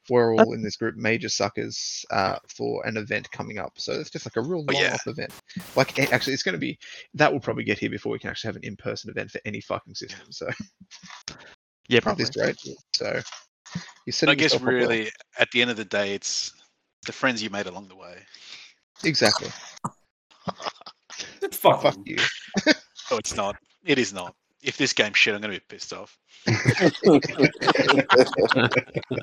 we're all in this group major suckers uh, for an event coming up. So it's just like a real
Oh,
long
yeah.
off event. Like a- actually, it's going to be that will probably get here before we can actually have an in person event for any fucking system. So
Yeah,
probably
probably.
is great. So you
but
said
I guess really, at the end of the day, it's the friends you made along the way.
exactly.
Fuck.
Fuck you.
No, Oh, it's not. It is not. If this game's shit, I'm going to be pissed off.
Man,
And
you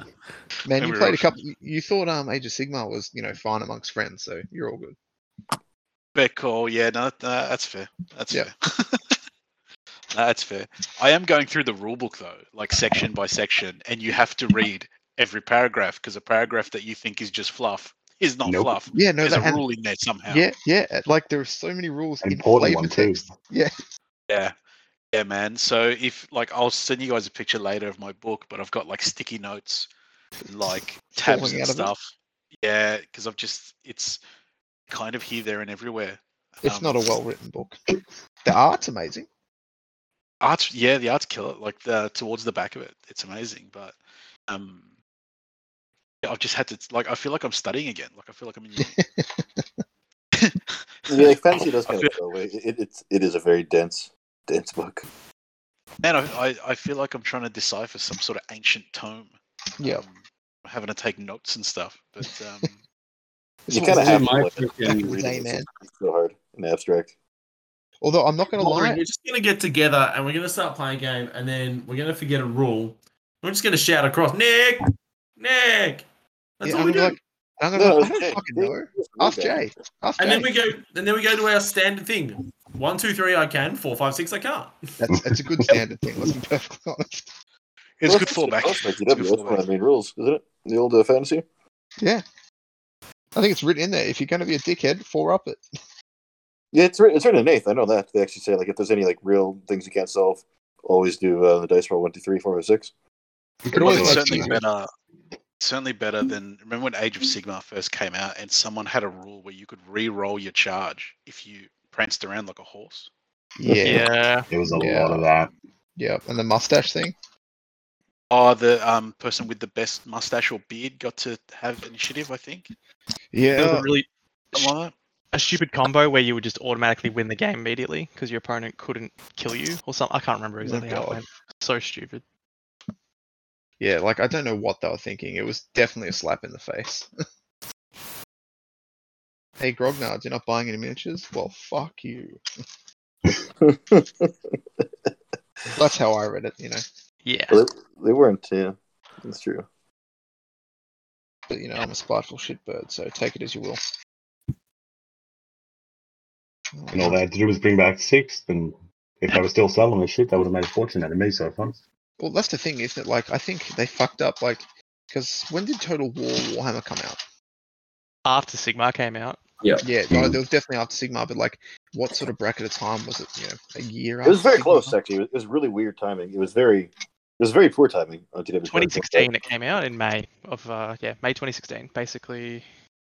we were
played
all
a couple. you- You thought um, Age of Sigma was you know fine amongst friends, so you're all good.
Fair call. Yeah, no, that- uh, that's fair. That's
Yeah.
fair. No, that's fair. I am going through the rule book though, like section by section, and you have to read every paragraph because a paragraph that you think is just fluff is not
Nope.
fluff.
Yeah, no,
There's
that,
a
and,
rule in there somehow.
yeah, yeah. uh, Like there are so many rules. in
Important
flavor
one too.
text. Yeah,
Yeah. Yeah, man. So if like I'll send you guys a picture later of my book, but I've got like sticky notes, like tabs
Falling
and
out of it.
stuff. Yeah, because I've just it's kind of here, there, and everywhere.
it's
Um,
not a well written book. The art's amazing.
arts yeah the arts kill it like the towards the back of it it's amazing but um yeah, i've just had to like i feel like i'm studying again like i feel like i'm in
yeah, like, fantasy does
I
kind
feel-
of go away. It, it- it's it is a very dense dense book.
man I, I i feel like i'm trying to decipher some sort of ancient tome
Yeah,
um, I'm having to take notes and stuff but um
This
you
one's
kind of
really
have to
my
like,
back in
freaking
the
read
day,
it.
man.
It's so hard and abstract.
Although I'm not gonna
Lauren,
lie,
we're just gonna get together and we're gonna start playing a game, and then we're gonna forget a rule. We're just gonna shout across, Nick, Nick.
yeah,
That's all
I'm gonna
we do.
be like, I'm gonna, be
No,
like, I don't
Jay,
fucking know.
Jay, Jay's a
Ask
good guy.
Jay. Ask
and
Jay.
then we go, and then we go to our standard thing: one, two, three, I can; four, five, six, I can't.
That's, that's a good standard thing. Let's be perfectly honest.
Well,
it's a good
that's what
fallback
it was like,
It's a
DW,
good
That's one of
fallback.
the main rules, isn't it? The old uh, fantasy.
Yeah, I think it's written in there. If you're gonna be a dickhead, four up it.
Yeah, it's written, it's written in eighth. I know that. They actually say like if there's any like real things you can't solve, always do uh, the dice roll one, two, three, four, five, six.
It always
it's
works
certainly
for you.
better certainly better than remember when age of sigma first came out and someone had a rule where you could re-roll your charge if you pranced around like a horse
Yeah,
Yeah.
There was a
Yeah.
lot of that.
yeah. And the mustache thing.
Oh, the um, person with the best mustache or beard got to have initiative, I think.
There was
Yeah,
a really
Something like
a stupid combo where you would just automatically win the game immediately because your opponent couldn't kill you or something. I can't remember exactly how it
God.
went. So stupid.
Yeah, like I don't know what they were thinking. It was definitely a slap in the face. hey Grognard, you're not buying any miniatures? Well, fuck you. That's how I read it, you know.
Yeah.
Well, they, they weren't. Yeah, that's true.
But you know, I'm a spiteful shitbird, so take it as you will.
And all they had to do was bring back sixth, and if they were still selling this shit, they would have made a fortune out of me so far.
Well, that's the thing, isn't it? Like, I think they fucked up, like, because when did Total War Warhammer come out?
After Sigma came out,
Yeah, no,
Hmm.
there was definitely after Sigma, but like, what sort of bracket of time was it? You know, a year.
It was
after
very
Sigmar?
close actually. It was, it was really weird timing. It was very, it was very poor timing on TW.
2016, it came out in May of uh, yeah May 2016. Basically,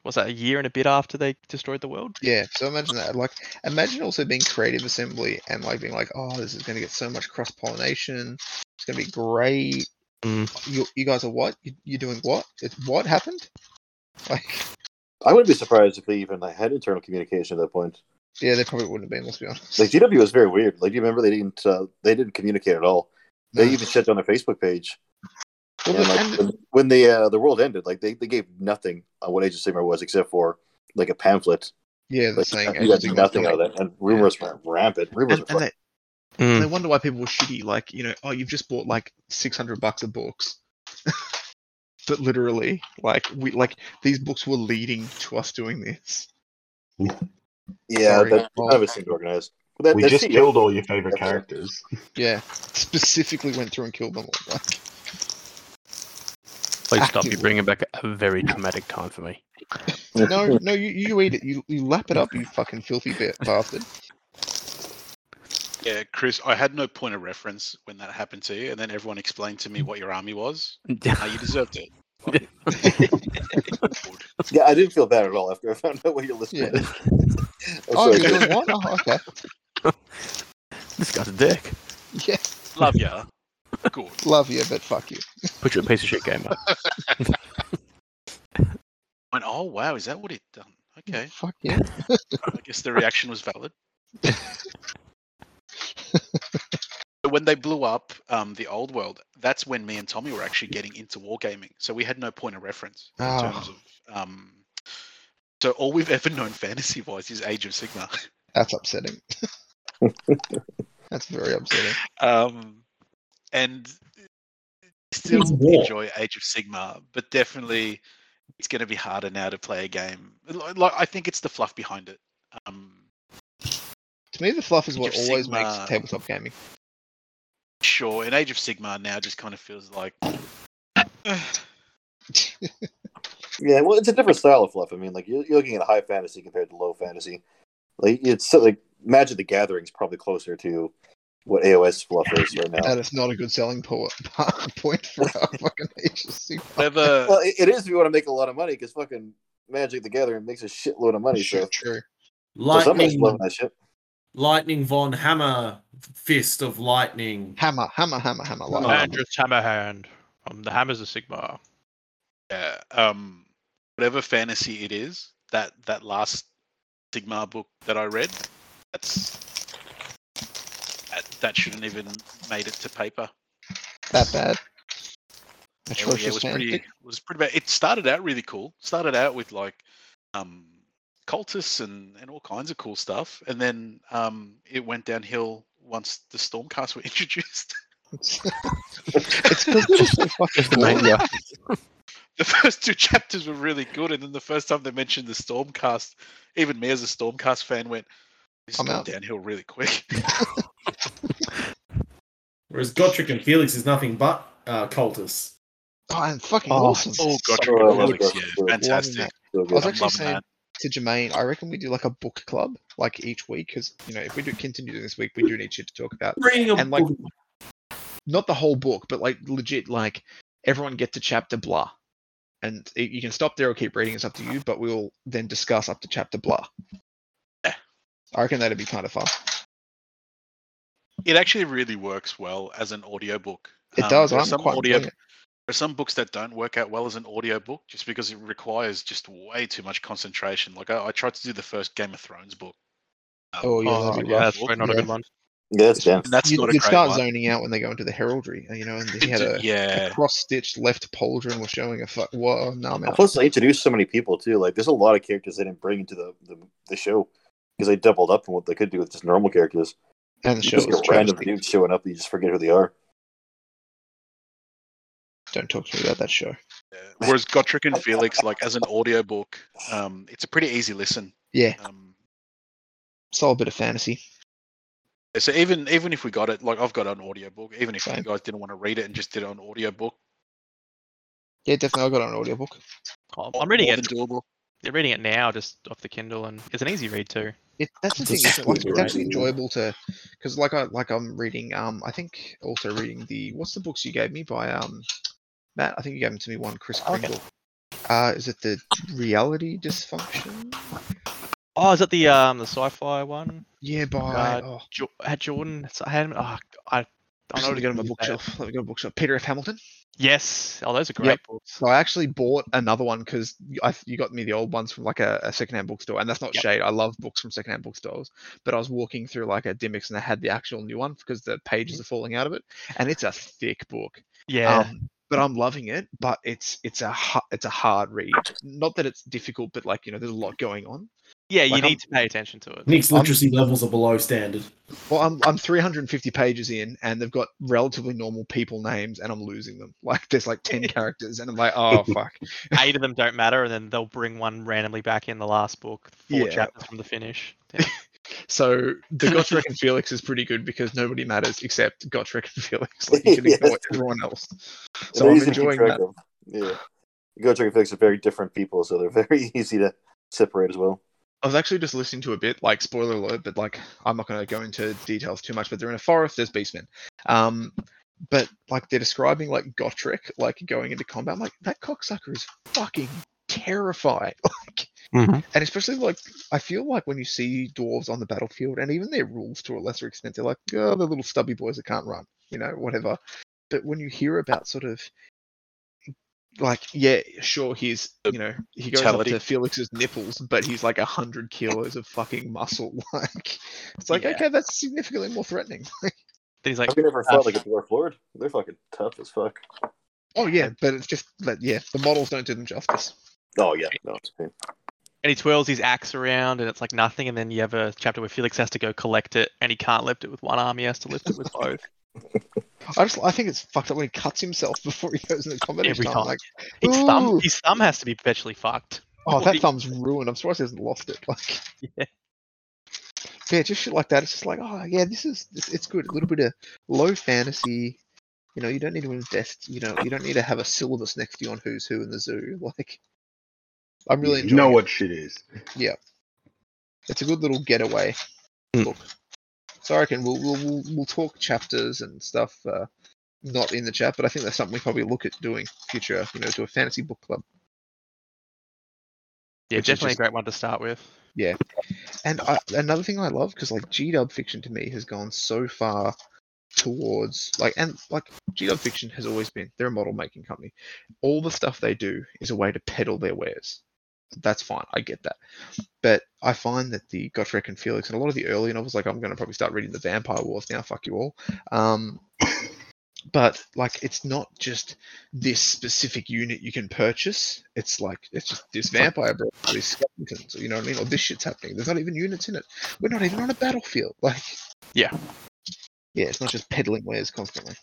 was that a year and a bit after they destroyed the world?
Yeah, so imagine that. Like, imagine also being creative assembly and like being like, oh, this is going to get so much cross pollination. It's going to be great. You, you guys are what? You, you're doing what? It's what happened? Like,
I wouldn't be surprised if they even like, had internal communication at that point.
yeah, they probably wouldn't have been. Let's be honest.
Like GW was very weird. Like, do you remember they didn't uh, they didn't communicate at all. They even shut down their Facebook page.
Well,
And,
the-
like,
and the-
when, when the uh, the world ended, like they, they gave nothing on what Age of Sigmar was except for like a pamphlet.
yeah, they're
Like,
saying
you got
everything was
nothing out of
delayed.
that, and rumors were rampant. Rumors
And,
were
and they, and they wonder why people were shitty. Like, you know, oh, you've just bought like 600 bucks of books. but literally, like, we like these books were leading to us doing this.
yeah,
sorry.
that none of it seemed organized. But that,
We
that
just
CEO
killed all your favorite
That's it.
characters.
Yeah, specifically went through and killed them all. Like,
Please stop.
Active
You're bringing back a very traumatic time for me.
no, no, you, you eat it. You, you lap it up, you fucking filthy ba- bastard.
Yeah, Chris, I had no point of reference when that happened to you, and then everyone explained to me what your army was. How you deserved it.
Yeah, I didn't feel bad at all after I found out what your list
Yeah.
was. I'm
Oh,
sorry.
you're doing what? Oh, okay.
this guy's a dick.
Yeah,
Love ya. Good.
love you, but fuck you.
Put you a piece of shit gamer.
Went, oh wow, is that what it done? Okay,
Fuck yeah.
I guess the reaction was valid. But when they blew up um, the old world, that's when me and Tommy were actually getting into wargaming. So we had no point of reference in
Ah.
terms of. Um, so all we've ever known fantasy wise is Age of Sigma.
That's upsetting. That's very upsetting.
um, and still
war.
enjoy Age of Sigma, but definitely it's going to be harder now to play a game. Li- Like I think it's the fluff behind it. Um,
To me, the fluff is what
Age of
always
Sigmar.
makes tabletop gaming.
sure, in Age of Sigma now just kind of feels like
Yeah, well, it's a different style of fluff. I mean, like you're, you're looking at high fantasy compared to low fantasy. Like it's so, like Magic the Gathering's probably closer to what AOS fluff is right now.
That is not a good selling po- point for our fucking Age of Sigmar.
whatever.
Well, it, it is if you want to make a lot of money because fucking Magic the Gathering makes a shitload of money.
Sure,
So,
true.
so somebody's
Lightning,
loving that shit.
lightning von Hammer, fist of lightning.
Hammer, hammer, hammer, hammer.
Come
Like,
on.
Andrus Hammerhand from Um, the Hammers of Sigma.
Yeah, um, whatever fantasy it is, that that last Sigma book that I read, that's that, that shouldn't even made it to paper.
that bad.
Oh, Yeah, well, yeah, it
Atrocious
was
fanfic.
pretty. It was pretty bad. It started out really cool. Started out with like um, cultists and and all kinds of cool stuff, and then um, it went downhill once the stormcasts were introduced.
it's because they're just so fucking
the main
boring.
guy.
the first two chapters were really good, and then the first time they mentioned the Stormcast, even me as a Stormcast fan went, "This is
I'm
going
out.
downhill really quick."
Whereas Gotrick and Felix is nothing but uh, cultists.
Oh, and fucking
Oh,
awesome.
oh god,
So, uh,
Alex,
Lovecraft
yeah,
is good.
fantastic.
I was
So
I'm
good.
actually
loving
saying-
that.
to Jermaine, I reckon we do like a book club, like each week, because you know if we do continue doing this week, we do need shit to talk about.
Bring a
And, like,
book.
Not the whole book, but like legit, like everyone get to chapter blah, and i you can stop there or keep reading. It's up to you, but we'll then discuss up to chapter blah.
Yeah.
I reckon that'd be kind of fun.
It actually really works well as an audiobook.
It
Um,
does.
there are
I'm
some
quite
audio
enjoying it.
there are some books that don't work out well as an audiobook just because it requires just way too much concentration. Like I, I tried to do the first Game of Thrones book. Um,
Oh, yeah,
Oh,
that'd be
yeah,
rough.
that's probably not a
Yeah.
good one.
Yeah, that's dense.
and that's
You'd,
not a
you'd
great
start
one.
zoning out when they go into the heraldry, and you know, and he had a,
yeah,
cross-stitched left pauldron was showing a fuck. Whoa, no, I'm out.
Plus, they introduced so many people too. Like, there's a lot of characters they didn't bring into the the, the show because they doubled up on what they could do with just normal characters.
and the
You
show
just
was
get random
trash.
dudes showing up, and you just forget who they are.
Don't talk to me about that show.
yeah. Whereas Gotrick and Felix, like as an audiobook, um, it's a pretty easy listen.
Yeah,
Um,
solid bit of fantasy.
so even even if we got it, like I've got an audiobook, even if you
Same.
guys didn't want to read it and just did it on audiobook,
Yeah, definitely. I got it on audiobook.
Oh, I'm reading
more
it.
than doable.
They're reading it now, just off the Kindle, and it's an easy read too.
It, that's the thing.
That's
It's, like,
absolutely
it's
right.
actually enjoyable to, because like I like I'm reading. Um, I think also reading the what's the books you gave me by um, Matt. I think you gave them to me one Chris
Okay.
Kringle. Uh, is it the reality dysfunction?
Oh, is that the um the sci-fi one?
Yeah, by
Uh,
oh,
Jo- had Jordan. I had him. Oh, I. I
I
know
let me
what
go to my
you say.
bookshelf. Let me go to my bookshelf. Peter F. Hamilton.
Yes. Oh, those are great
Yep.
books.
So I actually bought another one because I you got me the old ones from like a, a secondhand bookstore, and that's not
Yep.
shade. I love books from secondhand bookstores, but I was walking through like a Dimmicks and I had the actual new one because the pages are falling out of it, and it's a thick book.
Mm-hmm. Yeah.
Um, but I'm loving it. But it's it's a ha- it's a hard read. Not that it's difficult, but like you know, there's a lot going on.
yeah, you
like, I'm-
need to pay attention to it.
Nick's literacy levels are below standard.
Well, I'm I'm 350 pages in, and they've got relatively normal people names, and I'm losing them. Like there's like 10 characters, and I'm like, oh fuck.
Eight of them don't matter, and then they'll bring one randomly back in the last book, four
Yeah.
chapters from the finish. Yeah.
So the Gotrek and Felix is pretty good because nobody matters except Gotrek and Felix. Like you can ignore
Yes.
everyone else.
And
So
they're
I'm
easy to keep
enjoying
track
that.
of. Yeah. Gotrek and Felix are very different people, so they're very easy to separate as well.
I was actually just listening to a bit, like spoiler alert, but like I'm not going to go into details too much. But they're in a forest. There's beastmen. Um, but like they're describing like Gotrek like going into combat. I'm like that cocksucker is fucking terrified. Like and especially like I feel like when you see dwarves on the battlefield, and even their rules to a lesser extent, they're like, oh, they're little stubby boys that can't run, you know, whatever. But when you hear about sort of like, yeah, sure, he's you know he goes
Brutality.
up to Felix's nipples, but he's like a hundred kilos of fucking muscle. Like, it's like
Yeah.
okay, that's significantly more threatening.
Then he's like,
Have you never fought like a dwarf lord? They're fucking tough as fuck.
oh yeah, but it's just that yeah, the models don't do them justice.
Oh yeah, no, it's okay.
and he twirls his axe around, and it's like nothing. And then you have a chapter where Felix has to go collect it, and he can't lift it with one arm; he has to lift it with both.
I just I think it's fucked up when he cuts himself before he goes into combat. each
Every
time.
time.
Like,
His
Ooh.
thumb, his thumb has to be perpetually fucked.
Oh,
Like-
that thumb's ruined. I'm surprised he hasn't lost it. Like,
Yeah.
yeah, just shit like that. It's just like, oh yeah, this is this, it's good. A little bit of low fantasy. You know, you don't need to invest. You know, you don't need to have a syllabus next to you on who's who in the zoo. Like, I'm really
you
enjoying.
know
it.
what shit is.
It's a good little getaway
Mm.
book. So I reckon we'll we'll we'll, we'll talk chapters and stuff. Uh, not in the chat, but I think that's something we probably look at doing future. You know, do a fantasy book club.
Yeah,
Which is
definitely
just-
a great one to start with.
Yeah, and I, another thing I love because like G Dub fiction to me has gone so far towards like and like G Dub fiction has always been they're a model making company. All the stuff they do is a way to peddle their wares. That's fine, I get that. But I find that the Gotrek and Felix and a lot of the early novels, like I'm going to probably start reading the Vampire Wars now. Fuck you all. Um, but like it's not just this specific unit you can purchase. It's like it's just this vampire bro, or these skeletons, you know what I mean? Or this shit's happening. There's not even units in it. We're not even on a battlefield. Like
Yeah.
Yeah, it's not just peddling wares constantly.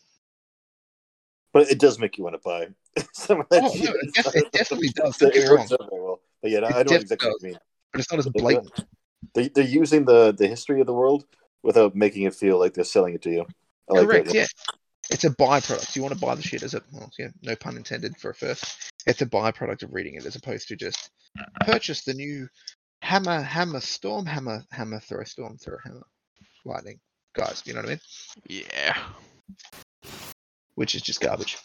But it does make you want to buy some of that
Oh, no,
shit.
it def- it definitely does,
So
don't get
it
me
works out very well. But yeah, no,
It
I know
def-
exactly what you mean.
But it's not as
They've got-
blatant.
They, they're using the, the history of the world without making it feel like they're selling it to you. I like
Correct,
that.
yeah. It's a byproduct. You want to buy the shit as a well, yeah, no pun intended for a first. It's a byproduct of reading it as opposed to just purchase the new hammer, hammer, storm, hammer, hammer, throw, storm, throw, hammer, lightning. Guys, you know what I mean?
Yeah.
Which is just garbage.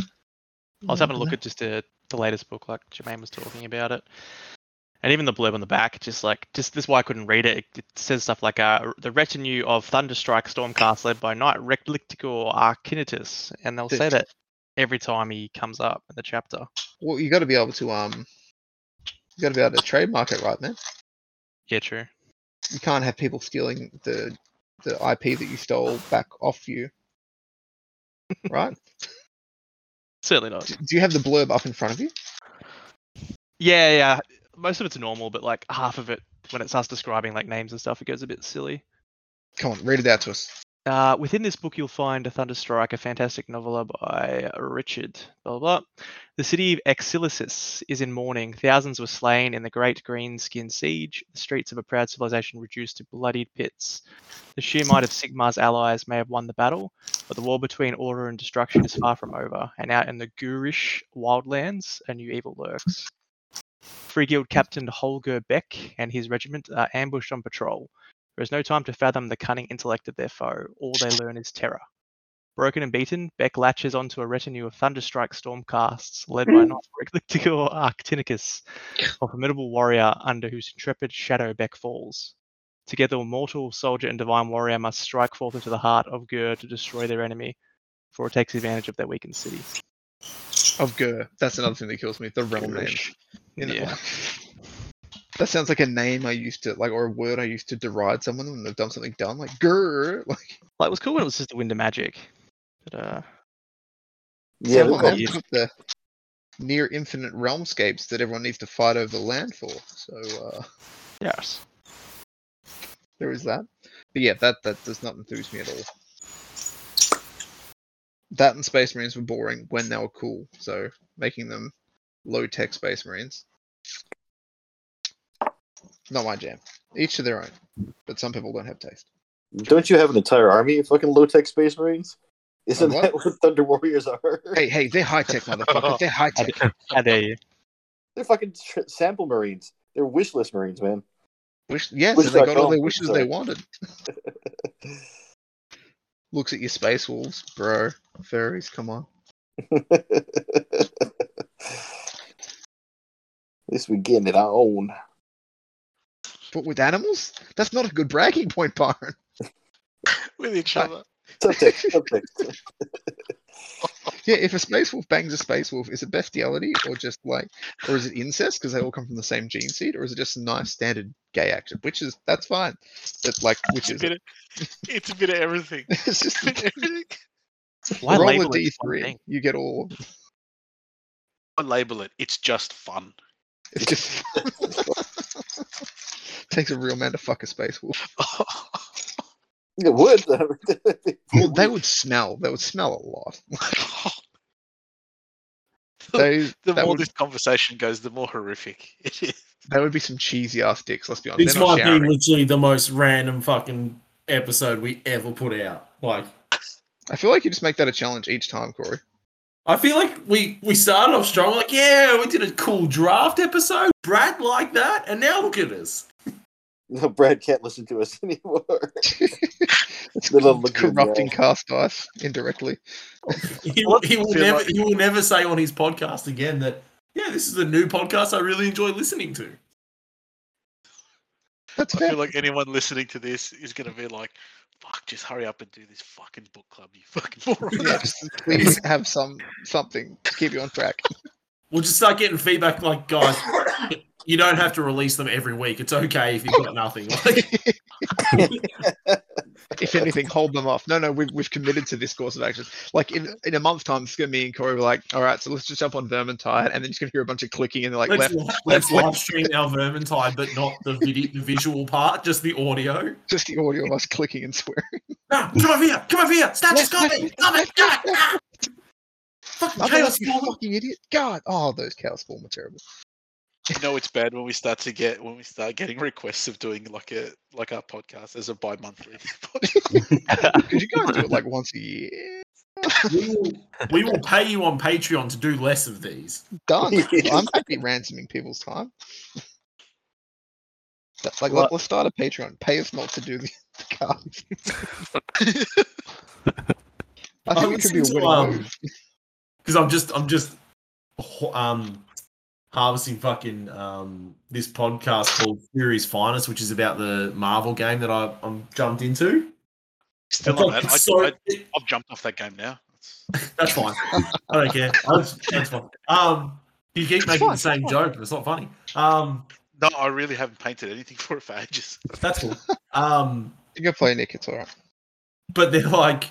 I was having a look at just the, the latest book, like Jermaine was talking about it, and even the blurb on the back, just like just this is why I couldn't read it. It, it says stuff like uh, the retinue of Thunderstrike Stormcast led by Knight Rectilictical Arcinitus, and they'll say
Dude.
that every time he comes up in the chapter.
Well, you got to be able to um, you got to be able to trademark it, right, man?
Yeah, true.
You can't have people stealing the the IP that you stole back off you, right?
Certainly not.
D- Do you have the blurb up in front of you?
Yeah, yeah. Most of it's normal, but like half of it, when it starts describing like names and stuff, it goes a bit silly.
Come on, read it out to us.
Uh, within this book, you'll find a Thunderstrike, a fantastic novella by Richard. Blah, blah, blah. The city of Exilicis is in mourning. Thousands were slain in the Great Greenskin Siege, the streets of a proud civilization reduced to bloodied pits. The sheer might of Sigmar's allies may have won the battle, but the war between order and destruction is far from over, and out in the Gurish wildlands, a new evil lurks. Free Guild Captain Holger Beck and his regiment are ambushed on patrol. There is no time to fathom the cunning intellect of their foe. All they learn is terror. Broken and beaten, Beck latches onto a retinue of Thunderstrike Stormcasts, led by
Hmm.
not Rectical Arctinicus, a formidable warrior under whose intrepid shadow Beck falls. Together, mortal soldier and divine warrior must strike forth into the heart of Gur to destroy their enemy. before it takes advantage of their weakened city.
Of Gur. That's another thing that kills me. The realm name. You know?
Yeah.
That sounds like a name I used to like, or a word I used to deride someone when they've done something dumb, like "gur." Like,
Like it was cool when it was just the wind of magic. But uh
Yeah,
come
they've
on,
got-
man, we've got the near infinite realmscapes that everyone needs to fight over land for. So uh,
yes.
there is that. But yeah, that that does not enthuse me at all. That and Space Marines were boring when they were cool. So making them low tech Space Marines, not my jam. Each to their own. But some people don't have taste.
Don't you have an entire army of fucking low tech space marines? Isn't
what?
that what Thunder Warriors are?
Hey, hey, they're high tech, motherfuckers. They're high tech.
How dare Ah, you?
They're fucking tr- sample marines. They're wish list marines, man.
Wish, yes,
Wish
and they
dot
got all
com,
their wishes they
sorry.
wanted. Looks at your space wolves, bro. Fairies, come on.
At least we're getting it our own.
But with animals, that's not a good bragging point, Byron.
with each
Hi.
other.
Subtext, subtext.
Yeah, if a space wolf bangs a space wolf, is it bestiality or just like, or is it incest because they all come from the same gene seed, or is it just a nice standard gay action? Which is that's fine, but like, which
It's a
is
bit
it?
of, it's a bit of everything.
it's just
It's a bit of everything.
Why
roll a
label it
d
as one
three,
thing?
you get all.
I label it. It's just fun.
It's just takes a real man to fuck a space wolf.
It would.
Well, they would smell. They would smell a lot. They,
the
that
more
would,
this conversation goes, the more horrific it is.
that would be some cheesy ass dicks. Let's be honest.
This
They're not
might be
showering.
literally the most random fucking episode we ever put out. Like,
I feel like you just make that a challenge each time, Corey.
I feel like we we started off strong. Like, yeah, we did a cool draft episode. Brad liked that, and now look at us.
no, Brad can't listen to us anymore.
it's
They're not looking at the
corrupting cast ice indirectly.
He, will- he will
Feel
never
like-
he will never say on his podcast again that yeah, this is a new podcast I really enjoy listening to.
That's
I
fair.
feel like anyone listening to this is going to be like, "Fuck, just hurry up and do this fucking book club, you fucking moron."
yeah, just please have some something to keep you on track.
We'll just start getting feedback like, guys, you don't have to release them every week. It's okay if you've got nothing. Like,
If anything, hold them off. No, no, we've, we've committed to this course of action. Like in, in a month's time, it's gonna me and Corey were like, all right, so let's just jump on Vermintide, and then you're just gonna hear a bunch of clicking and they're like,
let's
left,
li-
left,
let's
left,
live stream our Vermintide, but not the video, the visual part, just the audio.
just the audio of us clicking and swearing.
No, come over here, come over here, snatch his copy, come it, come it, ah! Fucking
I'm
chaos!
like, you fucking idiot! God, oh, those cows spawn were terrible.
you know it's bad when we start to get when we start getting requests of doing like a like our podcast as a bi-monthly. podcast.
Could you guys do it like once a year?
We will, we will pay you on Patreon to do less of these.
Done.
Yes.
I'm happy ransoming people's time. That's like,
Well-
let, us start a Patreon. Pay us not to do the, the cards. I think it could be a
listen to,
winning
um,
move.
because I'm just I'm just ho- um harvesting fucking um this podcast called Fury's Finest, which is about the Marvel game that I, I'm jumped into.
Still on
Fuck,
that. I,
it's so-
I, I've jumped off that game now. It's-
that's fine. I don't care. I just, that's fine. Um, you keep making
fine,
the same joke, and it's not funny. Um,
No, I really haven't painted anything for it for ages.
that's cool. Um,
You can play Nick, it's alright.
but they're like,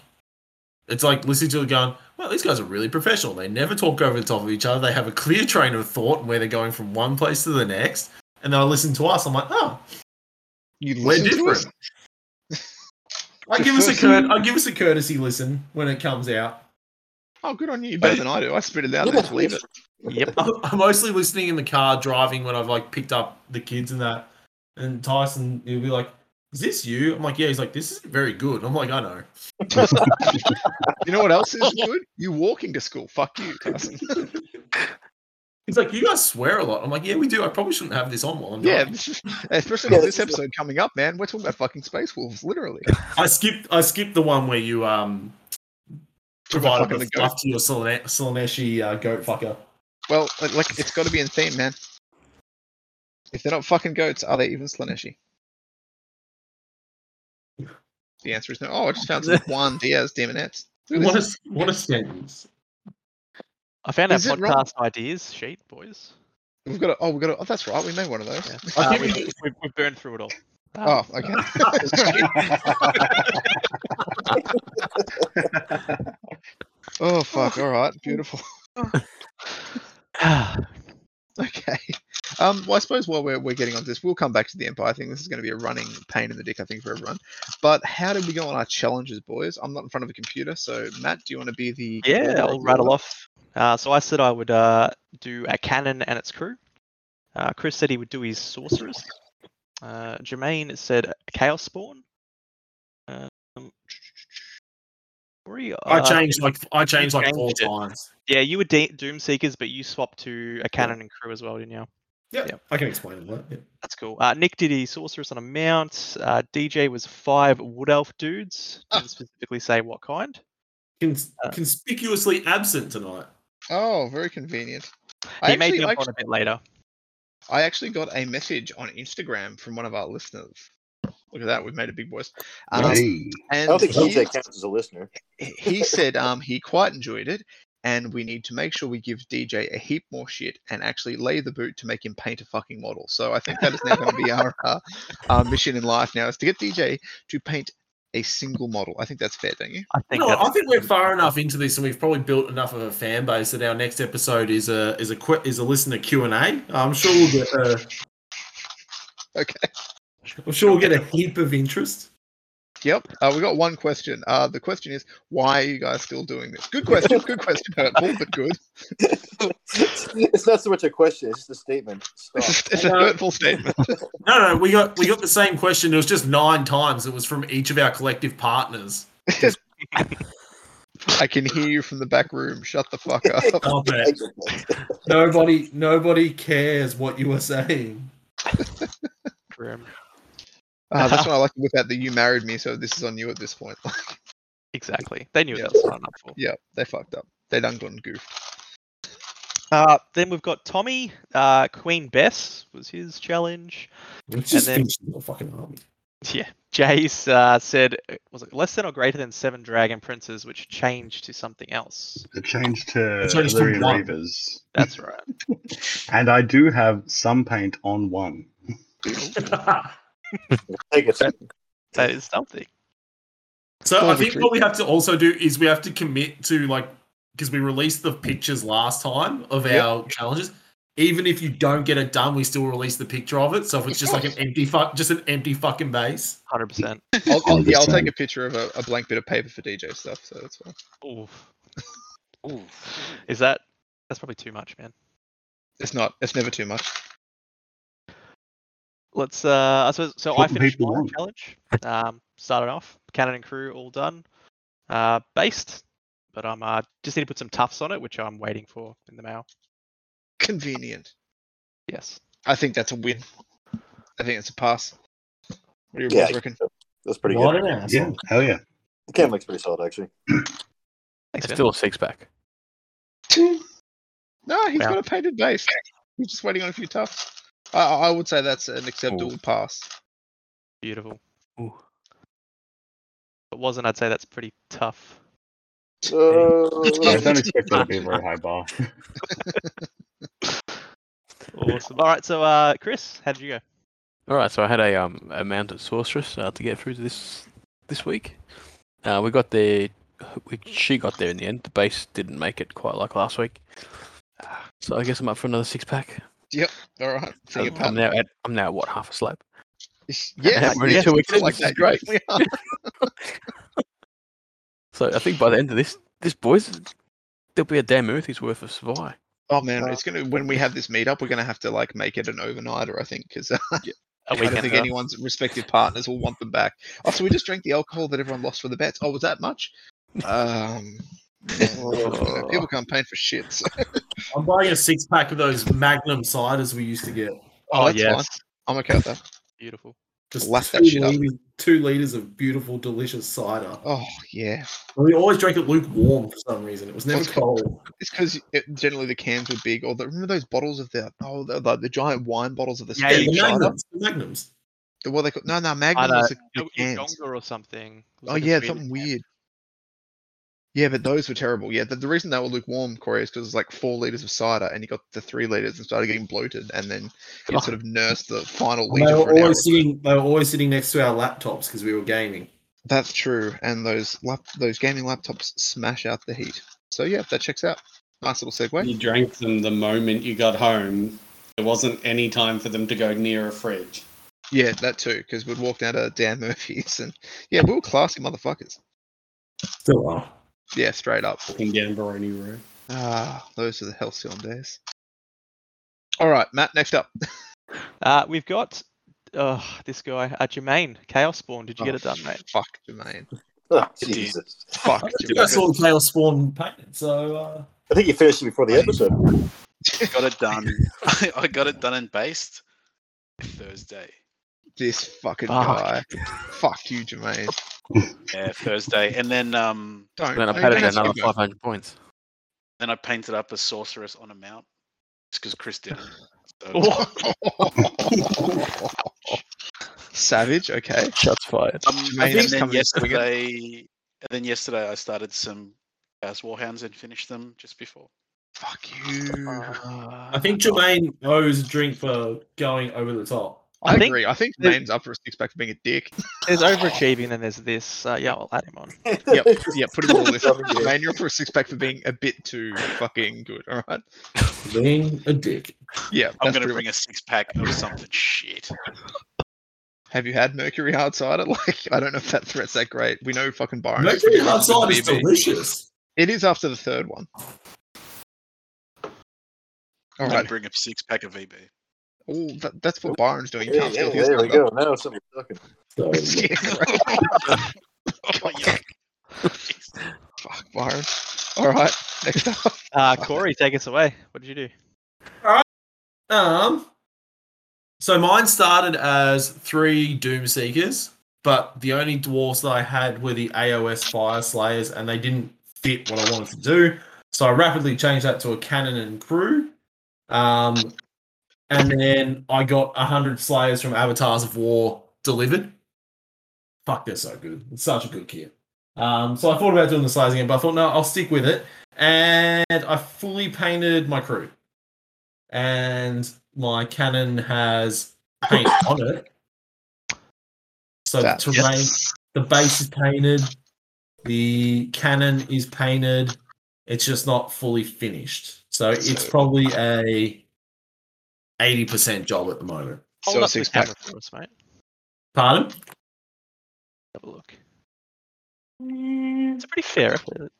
it's like listening to it going, well, these guys are really professional. They never talk over the top of each other. They have a clear train of thought and where they're going from one place to the next. And then I listen to us. I'm like, oh,
You
we're
listen to us?
different. I give us a
uh,
cur- I give us a courtesy listen when it comes out.
Oh, good on you. You're better than I do. I spit it out and just leave it.
Yep.
I'm, I'm mostly listening in the car driving when I've like picked up the kids and that. And Tyson, he'll be like, "Is this you?" I'm like, "Yeah." He's like, "This isn't very good." I'm like, "I know."
You know what else is good? You walking to school. Fuck you, Tyson.
He's like, "You guys swear a lot." I'm like, "Yeah, we do." I probably shouldn't have this on while I'm
yeah,
driving."
this is- especially
Yeah,
on
this
this
is-
episode coming up, man. We're talking about fucking space wolves, literally.
I skipped. I skipped the one where you um provided
fucking
the
the goat.
stuff to your Selene- Seleneshi uh, goat fucker.
Well, like- like it's got to be in theme, man. If they're not fucking goats, are they even Slaneshi? The answer is no. Oh, I just found some Juan Diaz demonettes.
What a, what a sentence.
I found our
Is it wrong?
podcast ideas sheet, boys.
We've got a, oh, we've got a, oh, that's right. We made one of those.
Yeah.
I
Uh,
think
we,
we
we, we burned through it all.
Oh,
Um,
okay. oh, fuck. All right. Beautiful. Okay. Um, well, I suppose while we're, we're getting on to this, we'll come back to the Empire thing. This is going to be a running pain in the dick, I think, for everyone. But how did we go on our challenges, boys? I'm not in front of a computer, so Matt, do you want to be the
Yeah, I'll rattle off. Uh, so I said I would uh, do a cannon and its crew. Uh, Chris said he would do his sorcerers. Uh, Jermaine said chaos spawn. Um, Rory,
I
uh,
changed like I changed like
changed
four
it.
times.
Yeah, you were de- doom seekers, but you swapped to a cannon and crew as well, didn't you?
Yep.
Yep.
I can explain that. yeah.
That's cool. Uh, Nick did his sorceress on a mount. Uh, DJ was five wood elf dudes.
Ah.
Didn't specifically say what kind.
Cons-
Uh,
conspicuously absent tonight.
Oh, very convenient.
he
I
may
actually,
jump
I
on a bit later.
I actually got a message on Instagram from one of our listeners. Look at that. We've made it big, boys. Um,
Hey.
I
and
don't think
he-
DJ counts as a listener.
he said um, he quite enjoyed it, and we need to make sure we give DJ a heap more shit and actually lay the boot to make him paint a fucking model. So I think that is now going to be our, uh, our mission in life now is to get DJ to paint a single model. I think that's fair, don't you?
I think.
No,
that's-
I think we're far enough into this, and we've probably built enough of a fan base that our next episode is a is a que- is a listener Q and A. I'm sure we'll get a,
Okay.
I'm sure we'll get a heap of interest.
Yep. Uh, we got one question. Uh, the question is, why are you guys still doing this? Good question. Good question. Hurtful, but good.
it's not so much a question; it's just a statement.
It's
Stop.
a- it's a
Uh,
hurtful statement.
No, no, we got we got the same question. It was just nine times. It was from each of our collective partners.
I can hear you from the back room. Shut the fuck up.
Okay. Nobody, nobody cares what you were saying.
Grim.
Uh, that's why I like to whip out the "you married me," so this is on you at this point.
Exactly. They knew
Yeah.
what they were signing up for.
yeah, they fucked up. They done gone goofed.
Uh, then we've got Tommy. Uh, Queen Bess was his challenge.
Let's
just then-
the fucking army.
Yeah. Jace uh, said, uh, was it less than or greater than seven dragon princes, which changed to something else?
It changed to
It changed to
Illyrian
one.
Reavers.
That's right.
And I do have some paint on one.
Take it.
that is something.
So I
Sounds
think what we have to also do is we have to commit to like because we released the pictures last time of
Yep.
our challenges. Even if you don't get it done, we still release the picture of it. So if it's just like an empty fuck, just an empty fucking base.
100%.
I'll, I'll, yeah, I'll take
Understand.
a picture of a, a blank bit of paper for DJ stuff. So that's fine.
Oof.
Ooh.
Is that. That's probably too much, man.
It's not. It's never too much.
Let's. Uh, I suppose, so
What
I
do
finished
people
my
want?
challenge. Um, started off. Cannon and crew all done. Uh, based. But I'm uh, just need to put some tufts on it, which I'm waiting for in the mail.
Convenient.
Yes.
I think that's a win. I think it's a pass. What do you
Yeah.
boys reckon?
That's pretty
What
good.
an asshole.
Yeah, hell yeah.
The cam looks pretty solid, actually.
Thanks,
It's
man.
still a six pack.
No, he's
Yeah.
got a painted base. He's just waiting on a few toughs. I, I I would say that's an acceptable pass.
Beautiful.
Ooh.
If it wasn't, I'd say that's pretty tough.
So,
I don't expect that to be a very high bar.
Awesome. All right, so uh, Chris, how did you go?
All right, so I had a um a mounted sorceress uh, to get through this this week. Uh, we got there. We, she got there in the end. The base didn't make it quite like last week. Uh, So I guess I'm up for another six pack.
All right. See you,
I'm, I'm
Pat.
now at I'm now at what half a slab.
Yes.
we're already
yes,
two weeks
it's
in,
Like
this is
that.
great.
We are.
So I think by the end of this this boys there'll be a damn Earthy's worth of survive.
Oh man, it's gonna when we have this meetup, we're gonna have to like make it an overnighter, I think, because
A
I don't
weekend.
think
uh,
anyone's respective partners will want them back. Oh, so we just drank the alcohol that everyone lost for the bets. Oh, was that much? Um,
Oh.
people can't pay for shit. so-
I'm buying a six pack of those Magnum ciders we used to get.
Oh, that's
yes.
fine. I'm okay with that.
Beautiful.
Just
Lap
two,
that shit up.
liters, two liters of beautiful, delicious cider.
Oh yeah,
And we always drank it lukewarm for some reason. It was never
What's-
cold.
it's because generally the cans were big, or the, remember those bottles of the oh the, the, the giant wine bottles of the
Yeah,
Yeah,
Spanish
the
you-
cider?
Magnums. The Magnums.
The, what they call, no, no,
I
Magnum
know.
was the,
Oh,
the cans.
Yodonga or something. It was
Oh
like a
yeah,
Swedish
something
can.
weird. Yeah, but those were terrible. Yeah, the, the reason they were lukewarm, Corey, is because it was like four liters of cider, and you got the three liters and started getting bloated, and then you
Oh.
sort of nursed the final
They
liter
were
for an hour. or
always
so.
sitting. They were always sitting next to our laptops because we were gaming.
That's true, and those lap- those gaming laptops smash out the heat. So yeah, that checks out. Nice little segue.
You drank them the moment you got home. There wasn't any time for them to go near a fridge.
Yeah, that too, because we'd walk down to Dan Murphy's, and yeah, we were classy motherfuckers.
Still are.
Yeah, straight up.
Fucking Gambaroni room.
Ah, those are the Halcyon days. All right, Matt. Next up.
Uh, we've got uh, this guy, uh, Jermaine, Chaos Spawn. Did you get
Oh,
it done, mate?
Fuck Jermaine.
Oh,
Indeed.
Jesus.
Fuck
I think I
Jermaine.
saw Chaos Spawn painted, so uh,
I think you finished it before the episode.
got it done. I, I got it done and based Thursday.
This fucking
Fuck.
guy. Fuck you, Jermaine.
Yeah, Thursday. And then um
Don't.
And then I
don't
padded
ask
another
me about-
500 points.
then I painted up a sorceress on a mount just because Chris did. So,
Oh, Savage. Okay.
Shots fired.
um,
Jermaine
and
is
then
coming this weekend.
yesterday, and then yesterday I started some Chaos Warhounds and finished them just before.
Fuck you.
Uh,
Uh,
I think Jermaine owes a drink for going over the top.
I,
I think
agree. I think
that-
name's up for a six pack for being a dick.
There's overachieving, then there's this. Uh, yeah, I'll add him on.
Yep. Yeah. Put him on the list.
Yeah.
Man, you're up for a six pack for being a bit too fucking good. All right.
Being a dick.
Yeah.
I'm
that's
gonna
pretty
bring a six pack of something shit.
Have you had Mercury hard cider? Like, I don't know if that threat's that great. We know fucking Byron.
Mercury outside is delicious.
It is after the third one. All
I'm gonna
right.
bring a six pack of E VB.
Oh, that, that's what Byron's doing. You
Yeah,
can't
yeah,
steal his
there we
thunder.
go. Now somebody's talking.
So,
Yeah, correct.
Oh, yeah.
Fuck Byron. All right. Next up.
Uh, Corey, take us away. What did you do?
um, so mine started as three Doom Seekers, but the only dwarfs that I had were the AOS Fire Slayers, and they didn't fit what I wanted to do. So I rapidly changed that to a cannon and crew. Um, and then I got 100 Slayers from Avatars of War delivered. Fuck, they're so good. It's such a good kit. Um, so I thought about doing the Slayers again, but I thought, no, I'll stick with it. And I fully painted my crew. And my cannon has paint on it. So the
That-
terrain, the base is painted. The cannon is painted. It's just not fully finished. So it's
So-
probably a 80% job at the moment.
Hold
So a
up the
six pack.
camera for us, mate.
Pardon?
Have a look. It's a pretty fair effort.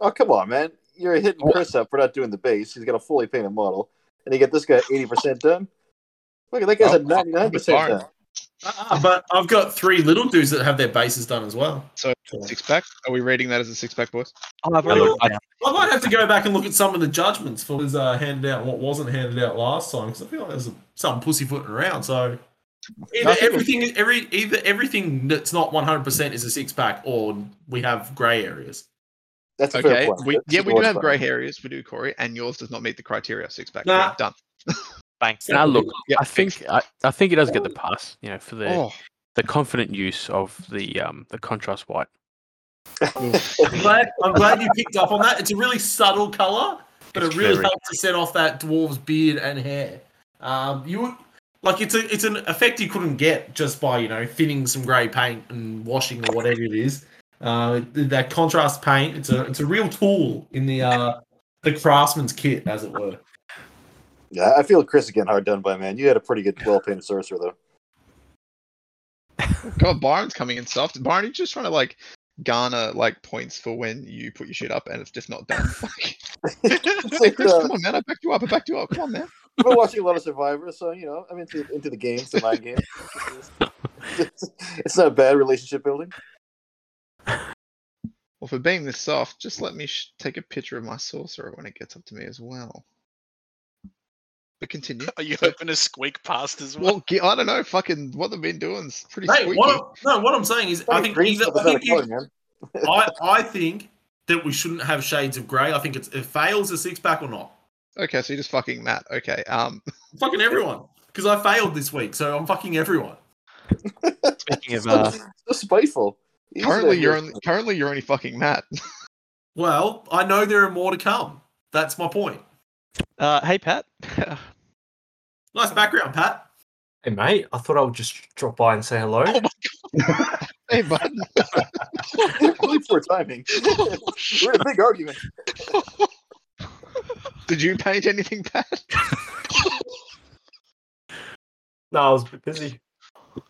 Oh, come on, man. You're hitting Chris up for not doing the base. He's got a fully painted model. And you get this guy 80% done? Look, that guy's at
Well,
99%
Byron.
done.
Uh, but I've got three little dudes that have their bases done as well.
So six pack. Are we rating that as a six pack, boys?
Oh, I've
I
already
look,
looked- I-
I might have to go back and look at some of the judgments for what was uh, handed out and what wasn't handed out last time because I feel like there's some pussyfooting around. So either
Nothing.
everything, every either everything that's not 100 percent is a six pack, or we have grey areas.
That's a fair
Okay.
point.
We,
That's
yeah,
a
we
good
do have
point.
grey areas. We do, Corey, and yours does not meet the criteria. Six pack.
Nah.
Done.
banked.
And I look,
Yeah.
I think I, I think he does get the pass, you know, for the,
Oh,
the confident use of the um the contrast white.
I'm glad, I'm glad you picked up on that. It's a really subtle color, but
It's
it really
very-
helps to set off that dwarf's beard and hair. Um, you would, like it's a it's an effect you couldn't get just by you know thinning some grey paint and washing or whatever it is. Uh, th- that contrast paint it's a it's a real tool in the uh the craftsman's kit as it were.
Yeah, I feel Chris is getting hard done by, man. You had a pretty good, well painted sorcerer, though.
God, Byron's coming in soft. Byron, you're just trying to like garner like points for when you put your shit up and it's just not done. Like, hey,
It's like,
Chris,
uh,
come on, man. I backed you up. I backed you up. Come on, man.
I've been watching a lot of Survivor, so, you know, I'm into, into the games, the mind games. it's not bad relationship building.
Well, for being this soft, just let me sh- take a picture of my sorcerer when it gets up to me as well. But continue.
Are you hoping to squeak past as well?
Well, ge- I don't know. Fucking what they've been doing is pretty
Hey,
squeaky.
what I'm, no, what I'm saying is I think
green
either,
stuff
I
is not
think
a color,
you-
man.
I I think that we shouldn't have shades of grey. I think it's it fails a six pack or not.
Okay, so you just fucking Matt. Okay. Um,
Fucking everyone. Because I failed this week, so I'm fucking everyone.
Speaking of
So,
uh,
so spiteful. He's
currently
the-
you're only, currently you're only fucking Matt.
Well, I know there are more to come. That's my point.
Uh, hey, Pat.
Nice background, Pat.
Hey, mate, I thought I would just drop by and say hello.
Oh my
Hey, bud.
really poor timing. We're in a big argument.
Did you paint anything, Pat?
No, I was a bit busy.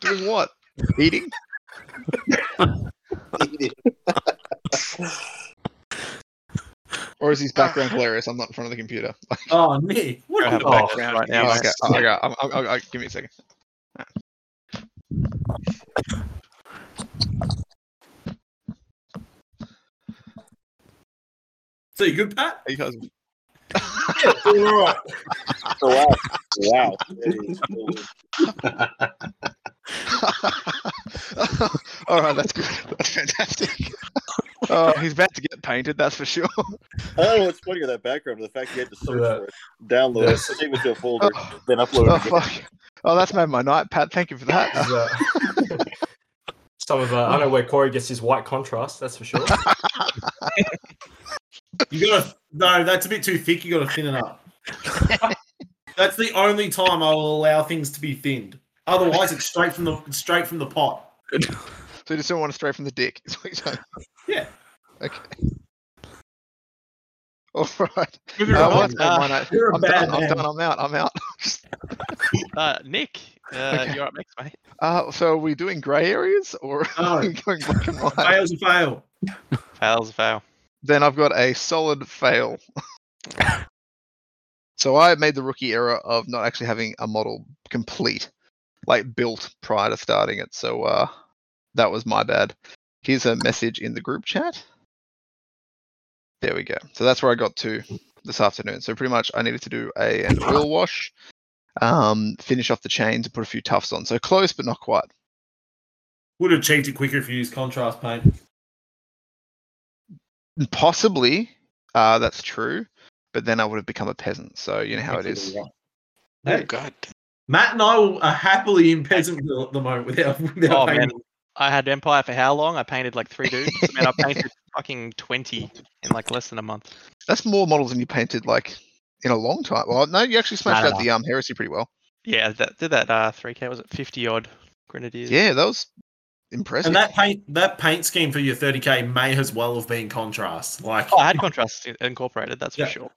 Doing what? Eating? Or is his background hilarious? I'm not in front of the computer.
Oh, Nick. What
I
are
have
you
a
Oh,
background
right
now.
now.
Okay, oh, okay. I'm, I'm, I'm, I'm- give me a second.
So you good, Pat?
Are you guys
Yeah, doing all right.
Wow. Wow.
All right, that's good. That's fantastic. Oh, he's about to get painted, that's for sure.
I don't know what's Oh, funnier that background, the fact you had to search
Yeah.
for it, download
Yes.
it, save it to a folder,
Oh,
then upload
oh,
it. again.
fuck. Oh, that's made my night, Pat. Thank you for that.
Is, uh, Some of uh, I know where Corey gets his white contrast. That's for sure.
You gotta no, that's a bit too thick. You gotta thin it up. that's the only time I will allow things to be thinned. Otherwise, it's straight from the it's straight from the pot.
So you just don't want to stray from the dick. is what you're saying.
Yeah.
Okay. All right.
Give it
Uh,
a
well,
run.
that's made my night.
You're a
I'm
bad
done. I'm
man.
done. I'm out. I'm out.
Uh, Nick, uh,
Okay.
you're up next, mate.
Uh, so are we doing grey areas or
No.
are we going black and white?
Fails a fail.
Fail's a fail.
Then I've got a solid fail. so I made the rookie error of not actually having a model complete, like built prior to starting it. So uh, that was my bad. Here's a message in the group chat. There we go. So that's where I got to this afternoon. So pretty much I needed to do a an oil wash, um, finish off the chains, and put a few tufts on. So close but not quite.
Would have cheated quicker if you used contrast paint.
Possibly, uh, that's true. But then I would have become a peasant. So you know how it is.
Oh
Hey,
god.
Matt and I will- are happily in peasantville at the moment without without
Oh,
paying.
man. I had Empire for how long? I painted like three dudes. Man, I painted fucking 20 in like less than a month.
That's more models than you painted like in a long time. Well, no, you actually smashed
no,
out
no.
the um heresy pretty well.
Yeah, that did that uh, 3K, was it 50 odd Grenadiers?
Yeah, that was impressive.
And that paint that paint scheme for your 30k may as well have been contrast. Like
Oh, I had contrast in- incorporated, that's
Yeah.
for sure.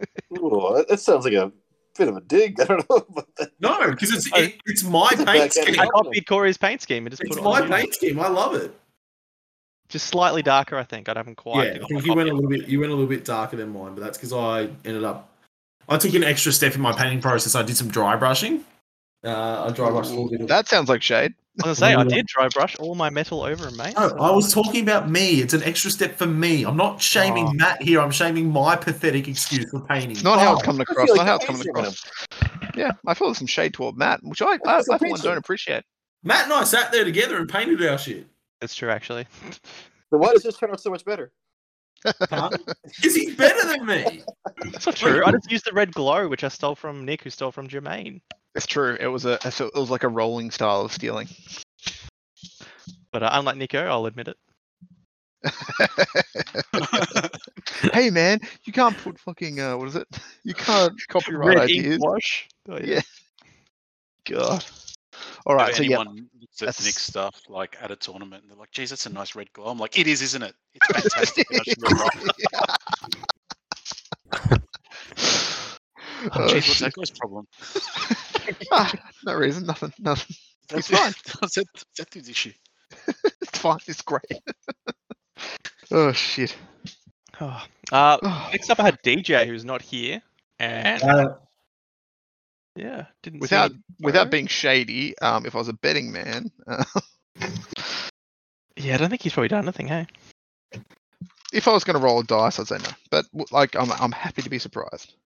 Ooh, that- that sounds like a bit of a dig. I don't know. But that,
no, because it's it, it's my paint scheme.
I
Yeah.
copied Corey's paint scheme and just
It's
put it
my
on.
paint scheme. I love it.
Just slightly darker, I think. I haven't quite.
yeah,
given
I
it
think
a
you
copy.
went a little bit. You went a little bit darker than mine, but that's because I ended up. I took an extra step in my painting process. I did some dry brushing. Uh, I dry brushed a little bit. Of,
That sounds like shade.
I was gonna say I
Yeah.
did dry brush all my metal over, mate.
no, I was talking about me. It's an extra step for me. I'm not shaming
Oh.
Matt here. I'm shaming my pathetic excuse for painting.
It's not how it's
Oh,
coming
I feel
across.
like
not how
the
it's coming
painting
across. Yeah, I feel some shade toward Matt, which I, I, I
That's the
for one
painting.
don't appreciate.
Matt and I sat there together and painted our shit.
That's true, actually.
then why does this turn out so much better?
Is he better than me?
That's not true. I just used the red glow, which I stole from Nick, who stole from Jermaine.
It's true. It was a, so it was like a rolling style of stealing.
But uh, unlike Nico, I'll admit it.
hey man, you can't put fucking uh, what is it? You can't copyright
red
ideas.
ink wash. Oh, yeah.
Yeah. God. All right.
if
So yeah,
anyone looks at
that's-
Nick's stuff like at a tournament and they're like, geez, that's a nice red glow. I'm like, it is, isn't it? It's fantastic. and I should be right.
Oh,
Geez, what's
shit.
that guy's problem?
Ah, no reason, nothing, nothing.
That's
It's fine.
That's that, that dude's issue.
It's fine. It's great. oh shit.
Oh. Uh,
Oh.
next up, I had DJ, who's not here, and
Uh,
yeah, didn't see
Without
any
without
photo.
being shady, um, if I was a betting man, uh,
Yeah, I don't think he's probably done anything. Hey,
if I was going to roll a dice, I'd say no. But w- like, I'm I'm happy to be surprised.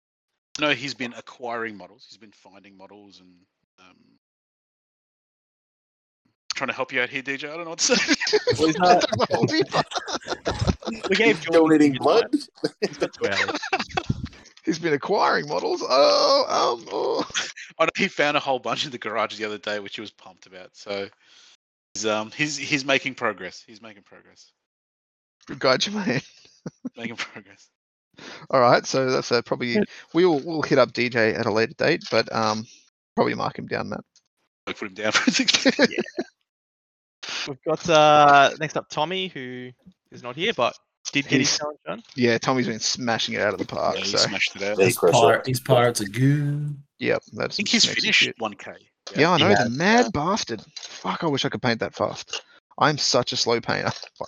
No, he's been acquiring models. He's been finding models and um, trying to help you out here, DJ. I don't know what to say.
That's my whole deal.
we gave Jordan
Donating
his
blood?
two hours.
He's been acquiring models. Oh, um, oh.
I know he found a whole bunch in the garage the other day, which he was pumped about. So he's um he's he's making progress. He's making progress.
Good guy, Jermaine.
making progress.
All right, so that's uh, probably we will we'll hit up DJ at a later date, but um, probably mark him down, Matt.
I put him down for a second.
We've got uh, next up Tommy, who is not here, but did get his
He's-
challenge done.
Yeah, Tommy's been smashing it out of the park.
Yeah, he
so
smashed it out. I
They crush
Pirate,
it.
these pirates are good.
yep, that's.
think he's finished 1K.
Yeah, I know the mad bastard. Fuck, I wish I could paint that fast. I'm such a slow painter.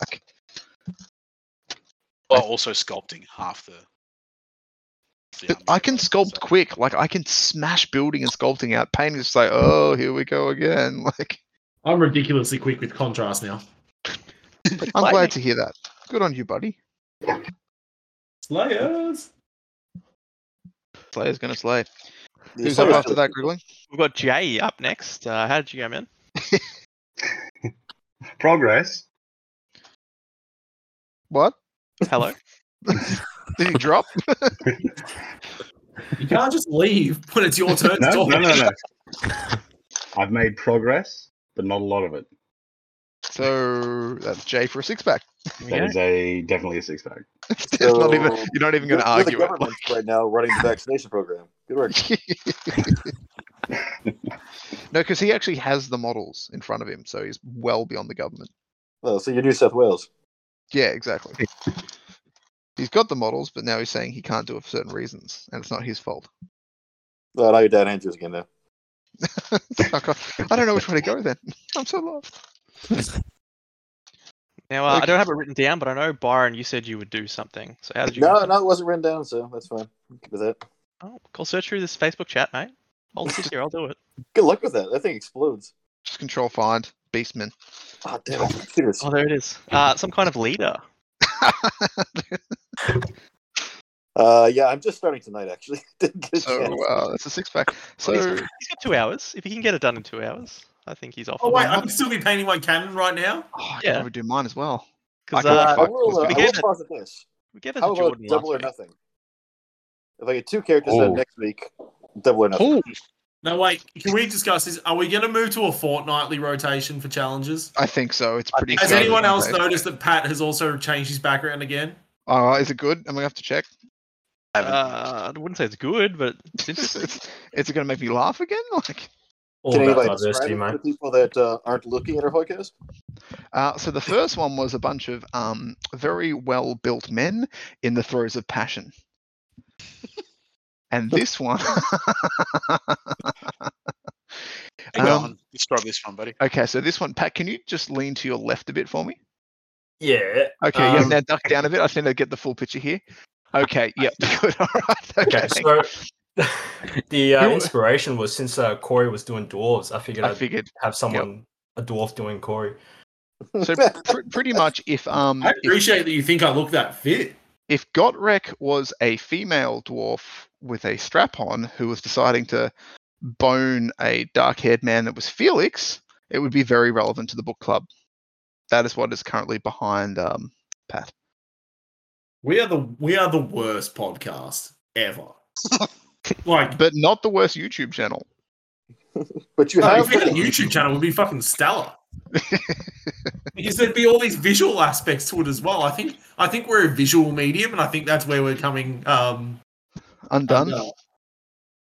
Like,
While also sculpting half the. the
but
army
I can
as well,
sculpt
so-
quick. Like, I can smash building and sculpting out. Painting is just like, oh, here we go again. Like,
I'm ridiculously quick with contrast now.
I'm
lightning.
glad to hear that. Good on you, buddy.
Slayers.
Slayer's gonna slay.
Yeah,
Who's
so
up
it's
after that, Grigling?
We've got Jay up next. Uh, how did you go, man?
Progress.
What?
Hello.
Did he drop?
You can't just leave when it's your turn to
No,
talk.
no, no, no. I've made progress, but not a lot of it.
so that's Jay for a six pack.
That is a definitely a six pack.
There's not even,
So-
you're not even
You're-
going to argue
you're the
it.
government right now running the vaccination program. Good work.
no, because he actually has the models in front of him, so he's well beyond the government.
Oh, so you're New South Wales.
Yeah, exactly. he's got the models, but now he's saying he can't do it for certain reasons, and it's not his fault.
Oh, now you're Dan Andrews again now.
Fuck off. I don't know which way to go then. I'm so lost.
Now uh, I
Okay.
don't have it written down, but I know Byron, you said you would do something. So how did you? go?
No, no, it wasn't written down, so that's fine. Good with that.
Oh, go search through this Facebook chat, mate. I'll sit here. I'll do it.
Good luck with that. That thing explodes.
Just control find beastman.
Ah, damn it. Computers.
Oh, there it is. Uh, some kind of leader.
Uh, yeah, I'm just starting tonight, actually. Didn't get a
so
chance.
uh, that's a six pack. So
he's, he's got two hours. If he can get it done in two hours, I think he's off.
Oh wait, I can still be painting my cannon right now.
Oh, I
Yeah.
can probably do mine as well.
because
I can-
uh,
I will, uh,
We
I will
gave it-
posit this.
we gave it
How
to
about
Jordan.
double or
last week.
nothing? If I get two characters
Oh.
done next week, double or nothing.
Oh,
No wait, can we discuss this? Are we going to move to a fortnightly rotation for challenges?
I think so. It's
I
pretty.
think
Has
so.
crowded
anyone
these
else
days.
noticed that Pat has also changed his background again?
Oh, is it good? I'm gonna have to check.
I haven't-
Uh, I wouldn't say it's good, but
It's,
it's interesting.
it's, is it gonna make me laugh again? Like,
All
Can
about
anybody
diversity,
describe it to
mate.
people that uh, aren't looking at our podcast?
Uh, so the first one was a bunch of um, very well built men in the throes of passion. And this one,
Hey, go
um,
on. Describe this one, buddy.
okay, so this one, Pat, can you just lean to your left a bit for me?
Yeah.
Okay, yeah,
um,
now duck down a bit. I think I get the full picture here. Okay, yeah, good. All right. Okay,
Okay,
thank-
so the uh,
Who-
inspiration was since uh, Corey was doing dwarves, I figured
I
I'd
figured.
have someone a dwarf doing Corey.
So pr- pretty much, if um,
I
if,
appreciate that you think I look that fit.
if Gotrek was a female dwarf with a strap on who was deciding to bone a dark haired man that was Felix, it would be very relevant to the book club. That is what is currently behind um, Pat.
We are the we are the worst podcast ever. like
But not the worst YouTube channel.
But you
No,
have
if we had a YouTube channel, would be fucking stellar. because there'd be all these visual aspects to it as well. I think I think we're a visual medium, and I think that's where we're coming. Um,
Undone.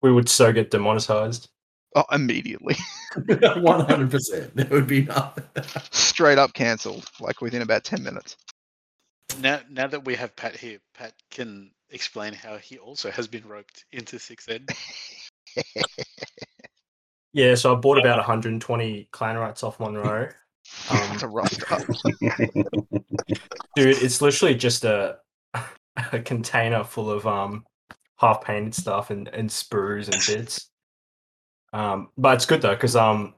We would so get demonetized.
Oh, immediately.
One hundred percent. That would be nothing.
Straight up cancelled, like within about 10 minutes.
Now, now that we have Pat here, Pat can explain how he also has been roped into 6N.
Yeah, so I bought about 120 clan rights off Monroe. Um,
That's a rough start.
Dude, it's literally just a a container full of um half painted stuff and and sprues and bits. Um, but it's good though because um,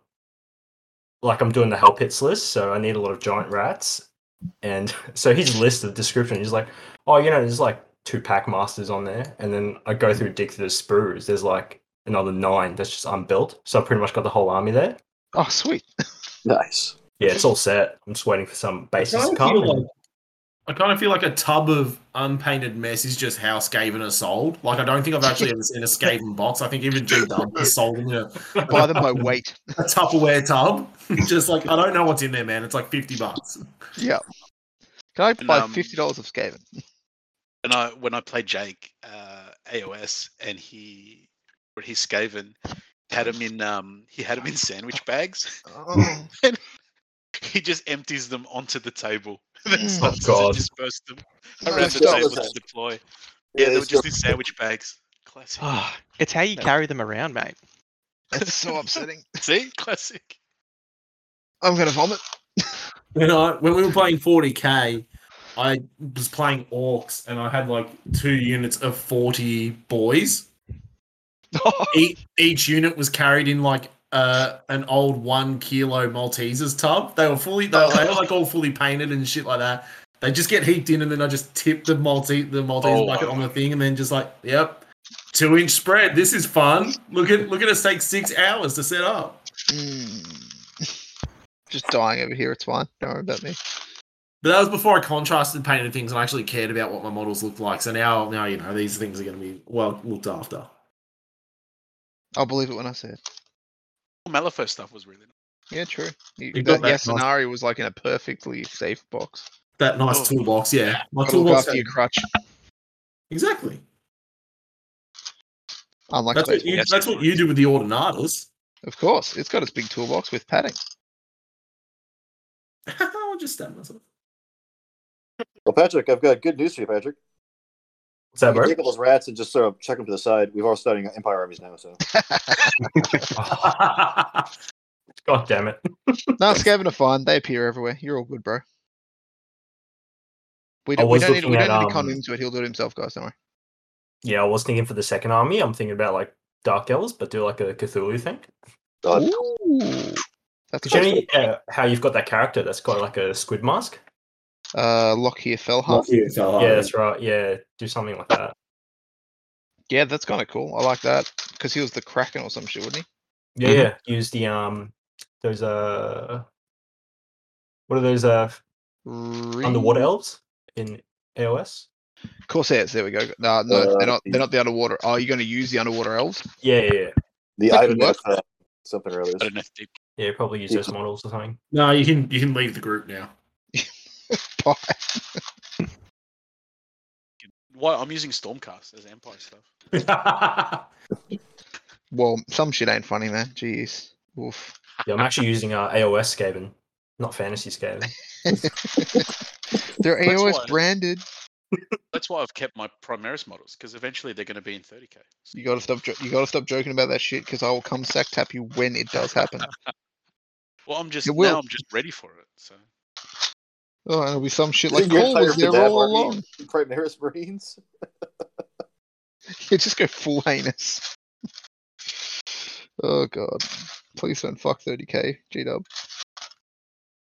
like I'm doing the hell pits list, so I need a lot of giant rats. And so his list of description, he's like, oh, you know, there's like two pack masters on there, and then I go through dig through the sprues. There's like another nine that's just unbuilt, so I pretty much got the whole army there.
Oh, sweet.
nice.
Yeah, it's all set. I'm just waiting for some bases to
kinda
come.
feel
and-
like- I kind of feel like a tub of unpainted mess is just how Skaven is sold. Like I don't think I've actually ever seen a Skaven box. I think even G Dub is sold in a,
Buy them by weight.
a Tupperware tub. just like I don't know what's in there, man. It's like fifty bucks.
Yeah. Can I
And,
buy
um,
$50 of Skaven?
and I when I played Jake uh, AOS and he or his Skaven had him in um he had him in sandwich bags.
Oh.
He just empties them onto the table. and then
Oh,
starts
God.
to disperse them
No,
around the
stop
table
that.
to deploy. Yeah, they were
it's
just
got-
these sandwich bags. Classic.
Ah. It's how you carry them around, mate.
That's so upsetting.
See, classic.
I'm gonna vomit.
You know, when we were playing 40k, I was playing orcs and I had like two units of 40 boys. Each, e, each unit was carried in like uh, an old one kilo Maltesers tub. They were fully, they, they were like all fully painted and shit like that. They just get heaped in and then I just tip the Maltese, the Maltese
Oh,
bucket
wow.
on the thing and then just like, yep, two inch spread. This is fun. Look at look at us take six hours to set up.
Mm. Hmm. Just dying over here. It's fine. Don't worry about me.
But that was before I contrasted painted things and actually cared about what my models looked like. So now, now you know these things are going to be well looked after.
I'll believe it when I see it.
Malifaux stuff was really nice.
Yeah, true. You,
You
that
got that
yes,
nice-
Sonari was like in a perfectly safe box.
That nice
Oh.
toolbox, yeah, my
Gotta look
toolbox.
after your crutch.
Exactly.
Unlike
That's what
baseball.
you. That's what you do with the ordinatus.
Of course, it's got its big toolbox with padding.
I'll just stab myself.
Well, Patrick, I've got good news for you, Patrick.
What's that,
You
bro?
can take all those rats and just sort of chuck them to the side. We've all starting Empire armies now, so
God damn it.
no, Skaven are fine. They appear everywhere. You're all good, bro. We
I
don't, we
was
don't need, we
looking
don't
at,
need to con
um,
him to it. He'll do it himself, guys. Don't worry.
Yeah, I was thinking for the second army, I'm thinking about like Dark Elves, but do like a Cthulhu thing.
God,
Ooh. That's
Do you know
good.
any- uh, how you've got that character that's got like a squid mask?
Uh, Lockhear Fellhart.
Not you, fella.
Yeah, that's right. Yeah, do something like that.
Yeah, that's kind of cool. I like that because he was the Kraken or some shit, wouldn't
Yeah,
Mhm.
yeah. Use the um, those uh, what are those uh
he? Re-
underwater elves in AOS?
Corsairs. There we go. No, no,
Uh,
they're not. They're not the underwater. Oh, you're going to use the underwater elves?
Yeah, yeah, yeah.
the
That
I
could
don't know
work.
uh, something or
I
other.
don't know if they
Yeah, probably use
Yeah.
those models or something.
No, you can you can leave the group now.
Bye.
Why I'm using Stormcast as Empire stuff.
Well, some shit ain't funny, man. Jeez. Oof.
Yeah, I'm actually using uh, AOS Skaven, not Fantasy Skaven.
They're
That's
AOS
why-
branded.
That's why I've kept my Primaris models because eventually they're going to be in 30k.
You gotta stop. Jo- you gotta stop joking about that shit because I will come sack tap you when it does happen.
Well, I'm just
It will.
now I'm just ready for it. So
Oh, and it'll be some shit
Isn't
like
your
Cole was
entire
there
Dab
all
army
along.
Primaris Marines.
You just go full heinous. Oh god. Please don't fuck 30k, G Dub.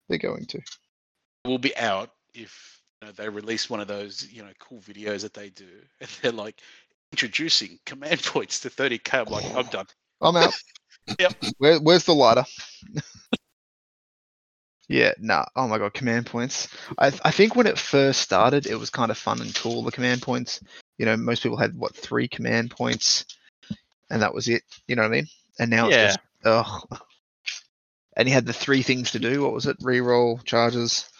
They're going to.
we'll be out if you know, they release one of those you know cool videos that they do, and they're like introducing command points to 30k. I'm like, I'm done.
I'm out.
Yep.
Where, where's the lighter? yeah, nah. Oh my god, command points. I, th- I think when it first started, it was kind of fun and cool, the command points. You know, most people had, what, three command points, and that was it. You know what I mean? And now
Yeah.
it's just, oh. And he had the three things to do. What was it? Reroll charges.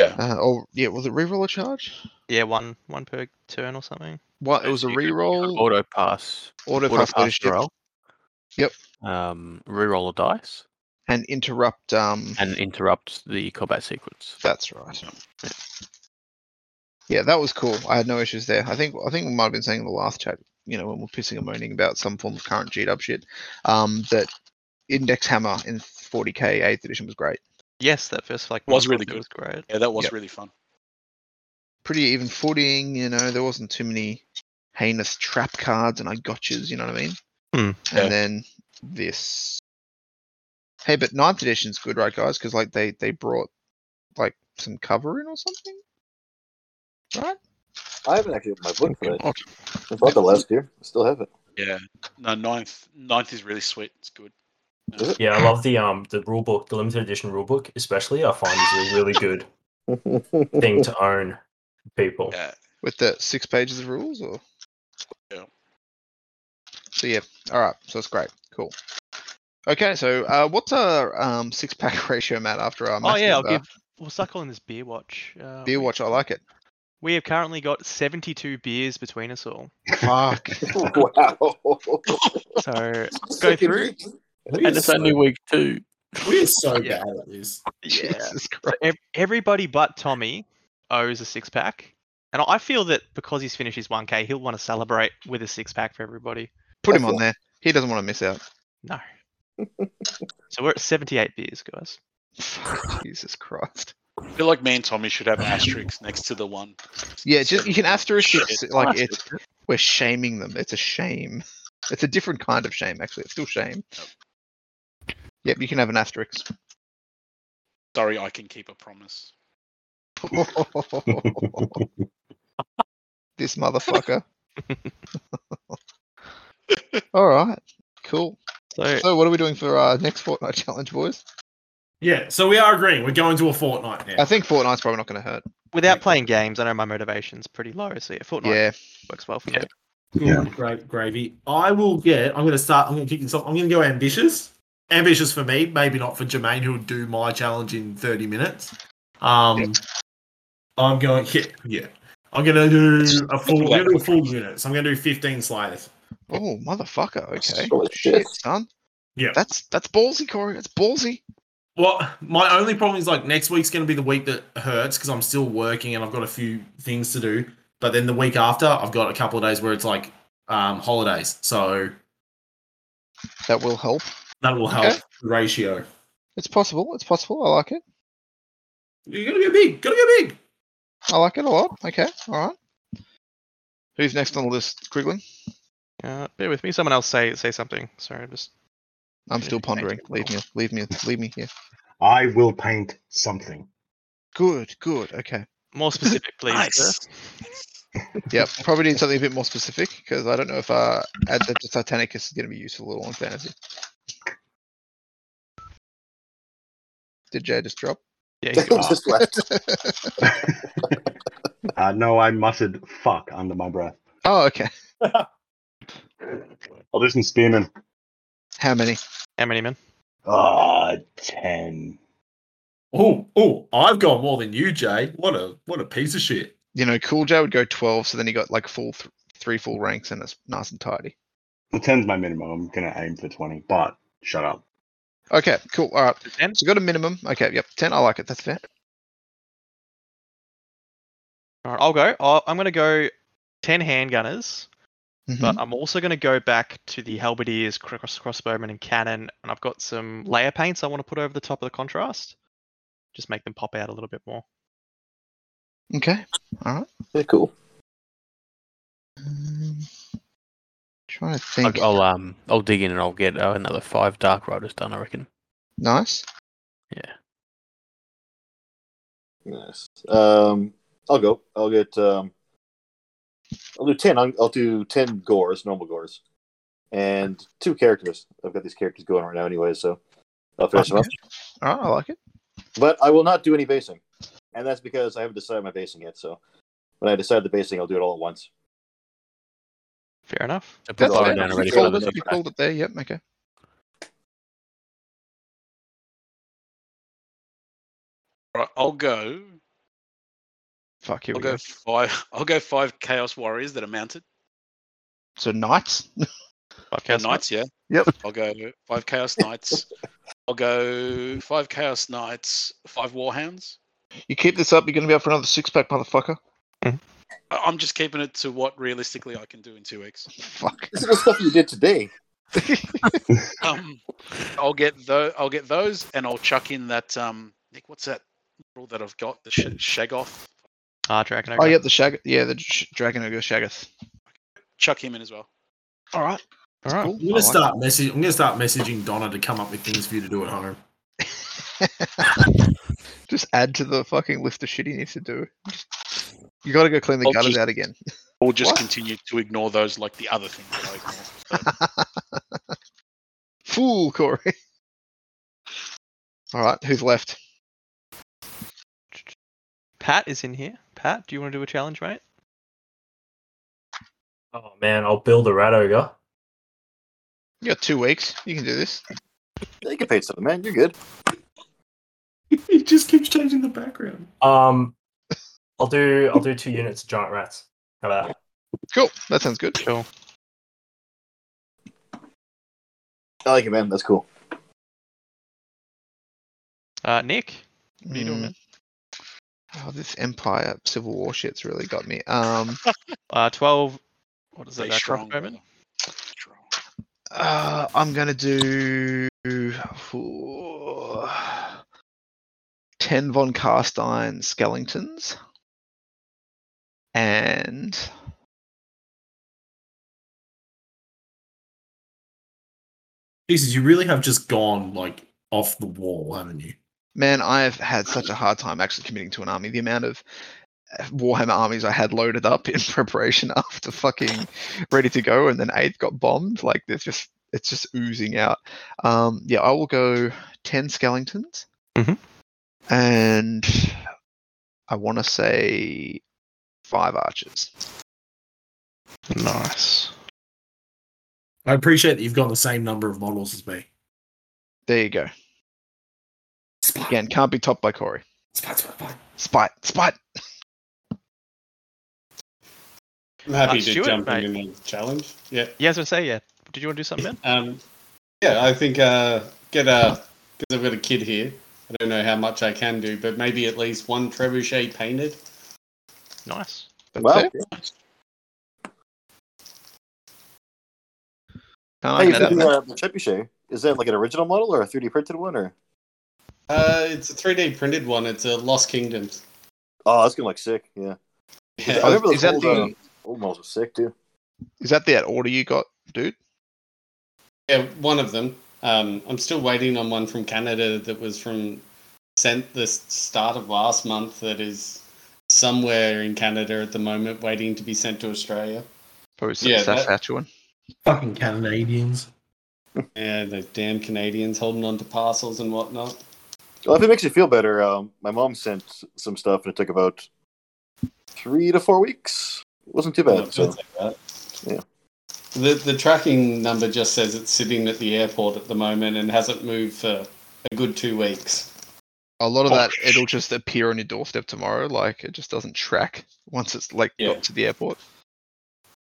Yeah.
Uh, oh, yeah. Was it reroll a charge?
Yeah, one one per turn or something.
What? It was a
You could- you could
reroll.
Auto pass.
Auto
Auto
pass
pass
leadership
roll.
Yep.
Um, reroll a dice
and interrupt. Um,
and interrupt the combat sequence.
That's right. Yeah, that was cool. I had no issues there. I think I think we might have been saying in the last chat, you know, when we we're pissing and moaning about some form of current G dub shit, um, that Index Hammer in 40k 8th edition was great.
Yes, that first like
Was
month
really
of it
good.
Was great.
Yeah, that was
Yep.
really fun.
Pretty even footing, you know. There wasn't too many heinous trap cards and I gotchas. You know what I mean?
Hmm.
Yeah.
And then this. Hey, but 9th edition's good, right, guys? Because like they they brought like some cover in or something, right?
I haven't actually opened my book for that.
Oh,
I bought that last year. I still have it.
Yeah. No, ninth ninth is really sweet. It's good.
Is it?
Yeah, I love the um the rule book, the limited edition rule book, especially. I find is a really good thing to own. for People,
Yeah.
with the six pages of rules or
Yeah.
so yeah all right so it's great cool okay so uh what's our um six pack ratio matt after our
Oh yeah, I'll
massive, uh,
give. We'll start calling this beer watch. Uh,
beer
we-
watch i like it
We have currently got 72 beers between us all.
Fuck.
wow.
So go through.
We are
And it's
so,
only week two.
we are so
Yeah.
bad at this.
Jesus
So
Christ.
ev- everybody but Tommy owes a six pack. And I feel that because he's finished his 1K, he'll want to celebrate with a six pack for everybody.
Put him on there. He doesn't want to miss out.
No. so we're at 78 beers, guys.
Fuck, Jesus Christ.
I feel like me and Tommy should have asterisks next to the one.
Yeah, just you can asterisk it,
Shit.
like it's we're shaming them. It's a shame. It's a different kind of shame, actually. It's still shame. Yep, you can have an asterisk.
Sorry, I can keep a promise.
this motherfucker. All right, cool.
So
So, what are we doing for our next Fortnite challenge, boys?
Yeah, so we are agreeing. We're going to a fortnight now.
I think Fortnite's probably not going to hurt.
without playing games, I know my motivation's pretty low. So yeah, Fortnite
Yeah,
works well for me.
Yeah.
Cool,
Yeah.
Great gravy. I will get. I'm going to start. I'm going to kick this off. I'm going to go ambitious. Ambitious for me, maybe not for Jermaine, who'll do my challenge in 30 minutes. Um, I'm going. Yeah, yeah. I'm going to do a full. I'm going to do a full unit. So I'm going to do 15 slayers.
Oh, motherfucker. Okay.
Holy
Shit,
shit.
son.
Yeah.
That's that's ballsy, Corey. That's ballsy.
Well, my only problem is like next week's going to be the week that hurts because I'm still working and I've got a few things to do. But then the week after, I've got a couple of days where it's like um, holidays, so
That will help.
that will help
Okay.
the ratio.
It's possible. It's possible. I like it.
You gotta go big. Gotta go big.
I like it a lot. Okay. All right. Who's next on the list? Quigley.
Uh, bear with me. Someone else say say something. Sorry, I'm just
I'm
Yeah,
still
thank
pondering.
you.
Leave me. Leave me. Leave me here.
I will paint something.
Good. Good. Okay.
more specific, please. sir.
Nice.
Yep. Probably need something a bit more specific because I don't know if uh, Adept of Titanicus is going to be useful at all in fantasy. Did Jay just drop?
Yeah, he's got-
just left.
Uh, no, I muttered fuck under my breath.
oh, okay.
I'll do some spearmen.
How many?
how many men?
Ah, ten.
Oh, oh! I've got more than you, Jay. What a what a piece of shit.
You know, Cool Jay would go 12, so then he got like full th- three full ranks and it's nice and tidy.
Well, ten's my minimum. I'm gonna aim for twenty, but shut up.
Okay, cool. All right.
Ten?
So got a minimum. Okay, yep. 10. I like it. That's fair.
All right, I'll go. I'll, I'm going to go 10 handgunners,
Mhm.
but I'm also going to go back to the halberdiers, cross, crossbowmen, and cannon. And I've got some layer paints I want to put over the top of the contrast. Just make them pop out a little bit more.
Okay. All right.
Yeah, cool.
Um, trying to think.
I'll, I'll um I'll dig in and I'll get uh, another five Dark Riders done. I reckon.
Nice.
Nice. Um, I'll go. I'll get. Um, I'll do ten. I'll, I'll do ten gores, normal gores, and two characters. I've got these characters going right now, anyway. So I'll finish them up.
All right. I like it.
But I will not do any basing, and that's because I haven't decided my basing yet. So when I decide the basing, I'll do it all at once.
Fair enough.
So put
That's
Byron
fair.
down
You
already for
called
others.
it. You called it there. Yep. Okay.
All right, I'll go.
Fuck. Here
I'll
we go.
go five. I'll go five Chaos Warriors that are mounted.
So knights.
Five
Yeah,
chaos knights.
knights, yeah.
Yep.
I'll go five Chaos Knights. I'll go five Chaos Knights, five Warhounds.
You keep this up, you're going to be up for another six pack, motherfucker.
I- I'm just keeping it to what realistically I can do in two weeks.
Fuck.
This is the stuff you did today.
Um, I'll get those. I'll get those, and I'll chuck in that. Um, Nick, what's that rule that I've got? The sh- Shagoth.
Ah, Dragon
Oh,
Ogre.
yeah. The shag. Yeah. The sh- dragon ogre shagath.
Chuck him in as well.
All right.
All right.
Cool.
I'm gonna
I like
start message. I'm gonna start messaging Donna to come up with things for you to do at home.
it. Just add to the fucking list of shit he needs to do. You got to go clean the
I'll
gutters
just-
out again.
Or just
What?
continue to ignore those, like the other things that I ignore.
Fool, Corey. All right. Who's left?
Pat is in here. Pat, do you want to do a challenge, mate?
Oh man, I'll build a rat ogre.
You got two weeks. You can do this.
You get paid something, man. You're good.
He just keeps changing the background.
Um, I'll do I'll do two units of giant rats. How about that?
Cool. That sounds good.
Cool.
I like it, man. That's cool.
Uh, Nick, what are you doing,
Mm.
man?
Oh, this Empire Civil War shit's really got me. Um,
Uh, 12. What is
Stay
that? Uh,
strong,
Trumpet Roman?
brother. Strong.
uh, I'm gonna do oh, ten von Karstein skeletons and
Jesus, you really have just gone like off the wall, haven't you?
Man, I've had such a hard time actually committing to an army. The amount of uh, Warhammer armies I had loaded up in preparation after fucking ready to go, and then eighth got bombed. Like there's just it's just oozing out. Um, yeah, I will go ten skeletons,
Mhm.
and I want to say five archers.
Nice.
I appreciate that you've got the same number of models as me.
There you go.
Spot,
Again, can't be topped by Corey.
spot, spot, spot.
Spite, spite.
I'm happy
Uh,
to
Stuart,
jump
mate.
in and challenge. Yeah.
Yeah, I was going to say, yeah. Did you want to do something, man?
Um, yeah, I think uh, get a because I've got a kid here. I don't know how much I can do, but maybe at least one trebuchet painted.
Nice.
That's
wow.
it. Can't argue
Hey, the,
that, man.
uh, the trebuchet is that like an original model or a 3D printed one? Or
Uh, it's a 3D printed one. It's a Lost Kingdoms.
oh, that's gonna look sick. Yeah, I
Yeah.
Oh,
remember those
is that
old,
the-
uh, old models were sick too.
Is that the order you got, dude?
yeah, one of them. Um, I'm still waiting on one from Canada that was from sent the s- start of last month. That is somewhere in Canada at the moment, waiting to be sent to Australia.
Probably Sa-
Yeah, that-
Saskatchewan.
Fucking Canadians.
Yeah, those damn Canadians holding on to parcels and whatnot.
Well, if it makes you feel better, um, my mom sent some stuff and it took about three to four weeks. It wasn't too bad. So. uh, Yeah.
The the tracking number just says it's sitting at the airport at the moment and hasn't moved for a good two weeks.
A lot of that, it'll just appear on your doorstep tomorrow. Like it just doesn't track once it's like
Yeah.
got to the airport.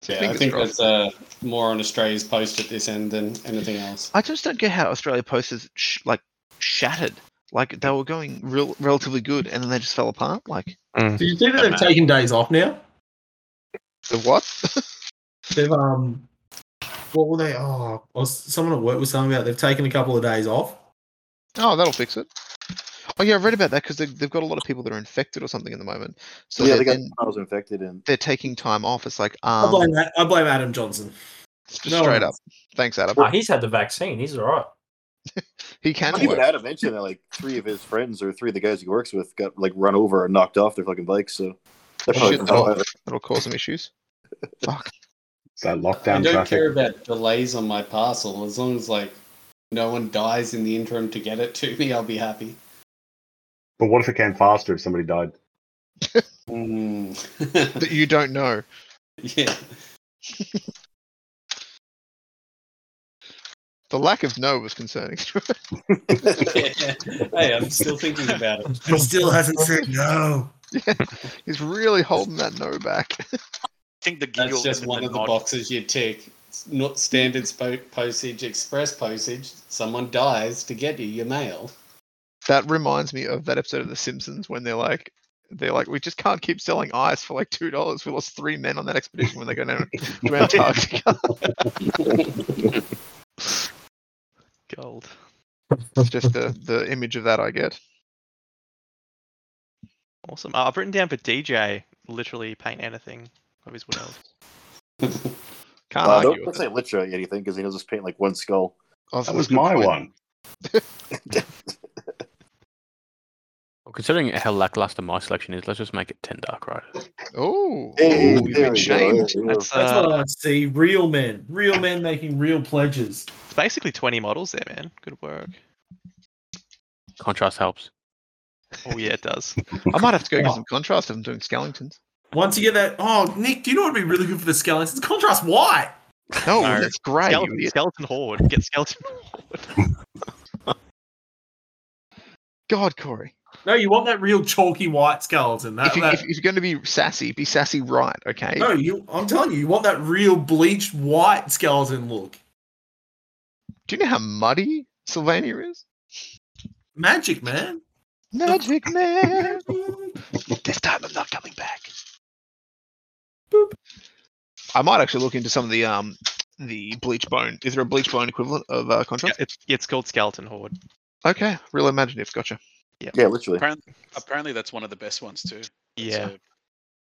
So
Yeah, I
fingers
think
crossed.
that's uh, more on Australia's post at this end than anything else.
I just don't get how Australia Post is sh- like shattered. Like they were going real relatively good, and then they just fell apart. Like
Did you see that they've taken days off now?
the what?
They've um, what were they? Oh, I was, someone at work was telling me about they've taken a couple of days off.
oh, that'll fix it. Oh yeah, I read about that because they, they've got a lot of people that are infected or something at the moment. So
yeah,
they're,
they got Oh,
then
I was infected and
they're taking time off. It's like
I
um,
blame that. I blame Adam Johnson.
it's just
no
straight
one-
up. Thanks, Adam.
Ah, he's had the vaccine. He's all right.
He can
Not even
work.
Adam mentioned that like three of his friends or three of the guys he works with got like run over and knocked off their fucking bikes. So they're probably
Shit, that'll, that'll cause some issues. Fuck.
So
I
lockdown
don't
traffic.
care about delays on my parcel as long as like no one dies in the interim to get it to me. I'll be happy.
But what if it came faster if somebody died?
Mm.
That you don't know.
yeah.
The lack of no was concerning.
Hey, I'm still thinking about it.
He still hasn't said no.
He's really holding that no back.
I think the giggle
That's just
and
one
the
of the
nod-
boxes you tick. It's not standard spo- postage, express postage. Someone dies to get you your mail.
that reminds me of that episode of The Simpsons when they're like, they're like, we just can't keep selling ice for like two dollars. We lost three men on that expedition when they go down to Antarctica.
Gold.
It's just the the image of that I get.
Awesome. Uh, I've written down for DJ, literally paint anything of his world.
Can't
Uh, don't,
argue
don't
with
say
it.
literally anything because he knows just paint like one skull.
Oh,
That
that's a
was
good
my
point.
one.
Well, considering how lackluster my selection is, let's just make it ten dark riders.
Oh,
Hey,
you've been shamed.
That's,
That's
uh,
what I see. Real men. Real men making real pledges.
it's basically 20 models there, man. Good work.
Contrast helps.
Oh, yeah, it does.
I might have to go get some contrast if I'm doing skeletons.
Once you get that, oh Nick, do you know what would be really good for the skeletons? Contrast white.
No,
No.
that's great. you idiot.
skeleton, skeleton Horde. Get Skeleton Horde.
God, Corey.
No, you want that real chalky white skeleton.
Uh,
That,
if, you,
that-
if, if you're going to be sassy, be sassy right, okay?
no, you. I'm telling you, you want that real bleached white skeleton look.
Do you know how muddy Sylvania is?
Magic, man.
Magic Man! this time I'm not coming back. I might actually look into some of the um the bleach bone. Is there a bleach bone equivalent of uh,
Yeah,
contrast?
it's, it's called Skeleton Horde.
Okay, real imaginative. Gotcha.
Yeah, literally.
Apparently, apparently that's one of the best ones too.
Yeah.
So,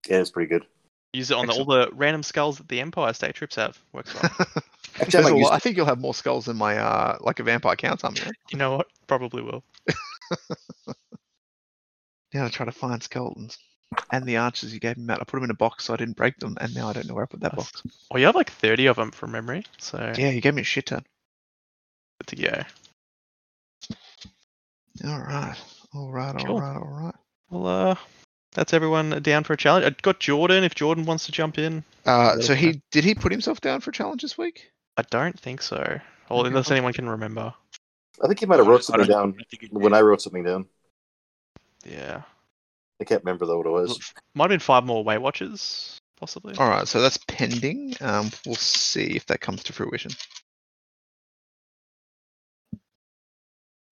Yeah, it's pretty good.
Use it on the, all the random skulls that the Empire State Trips have. Works well.
Actually, I
There's a
might use
lot- I think you'll have more skulls than my uh like a vampire count army. right?
you know what? Probably will.
Now I try to find skeletons and the archers you gave me, Matt. I put them in a box so I didn't break them, and now I don't know where I put that
That's-
box.
Oh, you have like 30 of them from memory, so
Yeah, you gave me a shit ton.
good to go.
All right, all right, all
Cool.
right, all right.
Well, uh, that's everyone down for a challenge. I've got Jordan if Jordan wants to jump in.
Uh,
Little
so he did he put himself down for a challenge this week?
I don't think so. Well,
Okay,
unless
cool.
anyone can remember.
I think you might have wrote
I
something
don't- I
down
don't think it-
when I wrote something down.
Yeah.
I can't remember though what it was.
Might have been five more Weight Watchers, possibly.
All right, so that's pending. Um, we'll see if that comes to fruition.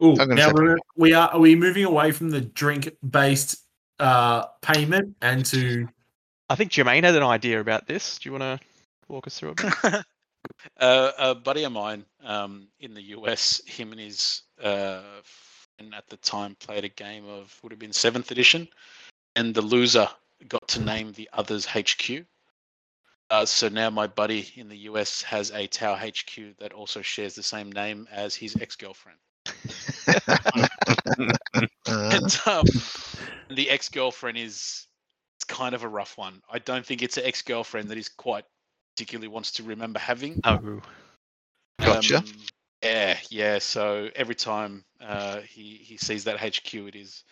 Ooh,
I'm gonna
now
say-
we're, we are. Are we moving away from the drink-based uh, payment and to?
I think Jermaine had an idea about this. Do you want to walk us through it? mate?
uh, a buddy of mine um, in the US, him and his uh, friend at the time played a game of would have been seventh edition, and the loser got to name the other's HQ. Uh, so now my buddy in the US has a Tau HQ that also shares the same name as his ex-girlfriend.
Uh,
And um, the ex-girlfriend is it's kind of a rough one. I don't think it's an ex-girlfriend that he's quite particularly wants to remember having.
Oh,
Gotcha.
Um, yeah, yeah. So every time uh, he he sees that HQ, it is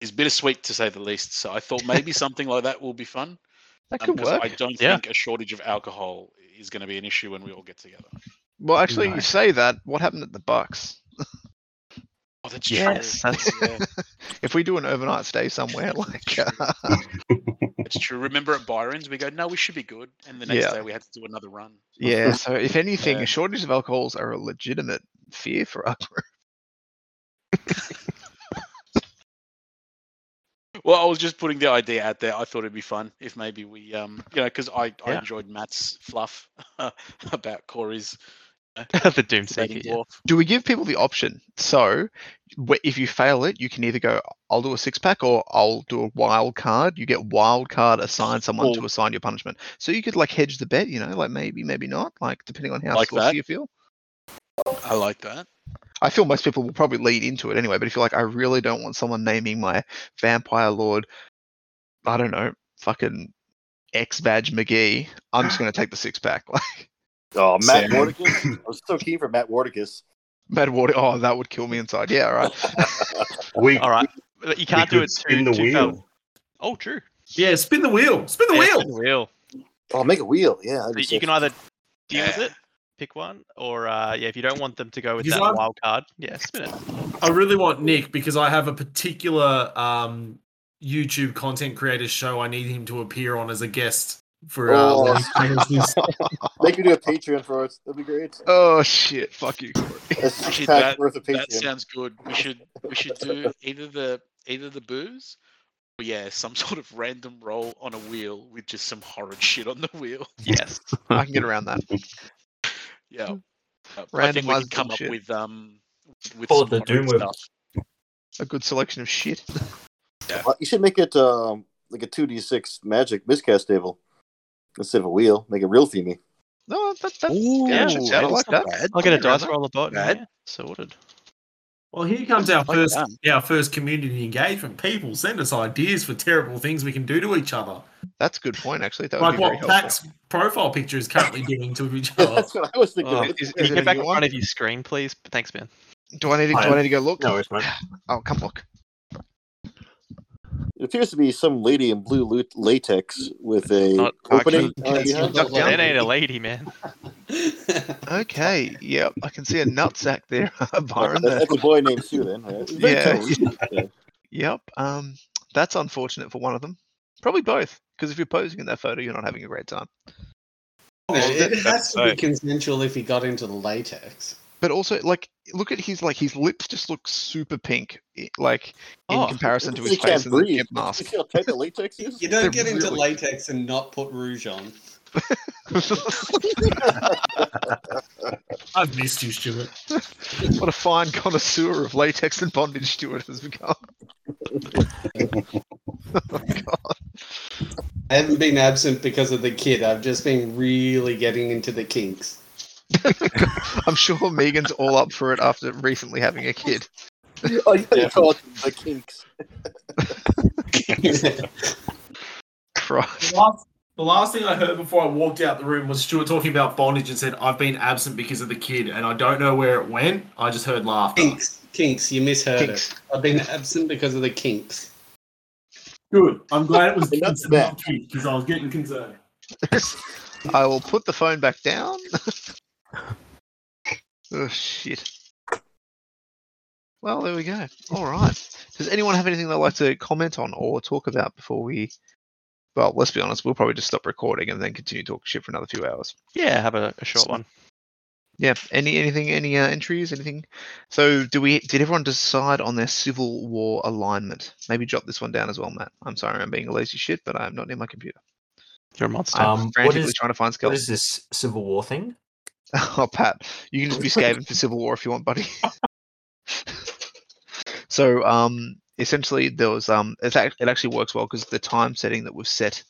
is bittersweet to say the least. So I thought maybe something like that will be fun.
that
um,
could
'cause
work.
I don't
Yeah.
think a shortage of alcohol is going to be an issue when we all get together.
Well, actually, you
Nice.
say that. What happened at the Bucks?
Oh, that's
Yes,
true.
that's-
yeah,
If we do an overnight stay somewhere, like uh,
that's true. Remember at Byron's, we go, no, we should be good, and the next
Yeah.
day we had to do another run.
yeah. So if anything,
Yeah.
a shortage of alcohols are a legitimate fear for us.
Well, I was just putting the idea out there. I thought it'd be fun if maybe we, um, you know, because I, I
Yeah.
enjoyed Matt's fluff about Corey's
the Doom Seeker.
dating
Yeah.
dwarf.
Do we give people the option? So, wh- if you fail it, you can either go, "I'll do a six pack," or "I'll do a wild card." You get wild card assigned someone to
Or-
assign your punishment. So you could like hedge the bet, you know, like maybe, maybe not, like depending on how
Like
saucy
that.
you feel.
I like that.
I feel most people will probably lead into it anyway. But if you're like, I really don't want someone naming my vampire lord, I don't know, fucking X Badge McGee, I'm just gonna take the six pack. Like
Oh, Matt
Sam.
Wardicus. I was so keen for Matt Wardicus.
Mad Water, oh, that would kill me inside. Yeah, all right.
We,
All right. But you
we
can't
could
do it
spin
too,
the
too fast.
wheel.
Oh, true.
Yeah, spin the wheel. Spin the
Yeah,
wheel.
spin the wheel.
Oh, make a wheel. Yeah, that'd
So
be
you
sick.
can either deal with
Yeah.
it, pick one, or uh, yeah, if you don't want them to go with
Use
that
one?
wild card, yeah, spin it.
I really want Nick because I have a particular um, YouTube content creator show I need him to appear on as a guest for. Uh,
Oh.
Life Changes.
make me do a Patreon for us. That'd be great.
Oh shit, fuck you. Corey.
A six
Actually,
pack
that-
worth of
That
Patreon.
sounds good. We should we should do either the either the booze, or yeah, some sort of random roll on a wheel with just some horrid shit on the wheel.
Yes.
I can get around that.
Yeah, Uh, I think we can
Randomised
come up
bullshit.
with um with
Call
some
it the Doom
horrid
Whip.
stuff.
A good selection of shit.
Uh, You should make it um, like a two d six magic miscast table instead of a wheel. Make it real themey.
No, that, that's
Ooh,
yeah,
yeah,
I like that.
I'll get a
Around
dice
that.
roll a bot.
Bad.
Yeah, sorted.
Well, here comes our
Like
first
that.
our first community engagement. People send us ideas for terrible things we can do to each other,
That's a good point, actually. That would
like
be very
what
helpful.
Pat's profile picture is currently doing to each other.
That's what I was thinking.
Oh,
That's
is- is
great.
it
Get
a
back
new
in
one?
front of your screen, please. Thanks, man.
Do I need to, do I
Fine.
need to go look?
No worries, mate.
Oh, come look.
It appears to be some lady in blue lu- latex with a
not-
opening.
actually,
uh,
it's
behind
not
her.
down.
That ain't a lady, man.
Okay, yeah, I can see a nutsack there, Byron.
That's,
That,
that's a boy named Sue, then, right? Very
Yeah.
tall.
Yep. Um, that's unfortunate for one of them. Probably both, because if you're posing in that photo, you're not having a great time.
it has to be
so-
consensual if he got into the latex.
But also, like, look at his like his lips just look super pink, i- like in
Oh,
comparison to
He
his
can't
face and the
breathe.
gimp
You
mask.
see how tight the latex is?
You don't
They're
get into
really-
latex and not put rouge on.
I've missed you, Stuart.
what a fine connoisseur of latex and bondage Stuart has become.
I haven't been absent because of the kid. I've just been really getting into the kinks.
I'm sure Megan's all up for it after recently having a kid.
oh, yeah, you call it the kinks.
Christ.
The last, the last thing I heard before I walked out the room was Stuart talking about bondage and said, I've been absent because of the kid and I don't know where it went. I just heard laughter.
Kinks, kinks. You misheard
Kinks.
it. I've been absent because of the kinks.
Good. I'm glad it was
And that's that.
because I was getting concerned.
I will put the phone back down. oh shit. Well, there we go. All right. Does anyone have anything they'd like to comment on or talk about before we? Well, let's be honest. We'll probably just stop recording and then continue talking shit for another few hours.
Yeah, have a, a short one.
Yeah. Any anything? Any uh, entries? Anything? So, do we? Did everyone decide on their civil war alignment? Maybe jot this one down as well, Matt. I'm sorry, I'm being a lazy shit, but I'm not near my computer.
You're a monster.
I'm
Um, what
frantically
is-
trying to find
What
skeletons.
is this Civil War thing?
Oh, Pat, you can just be scaven for Civil War if you want, buddy. so, um, essentially, there was um, it's act- it actually works well because the time setting that we've set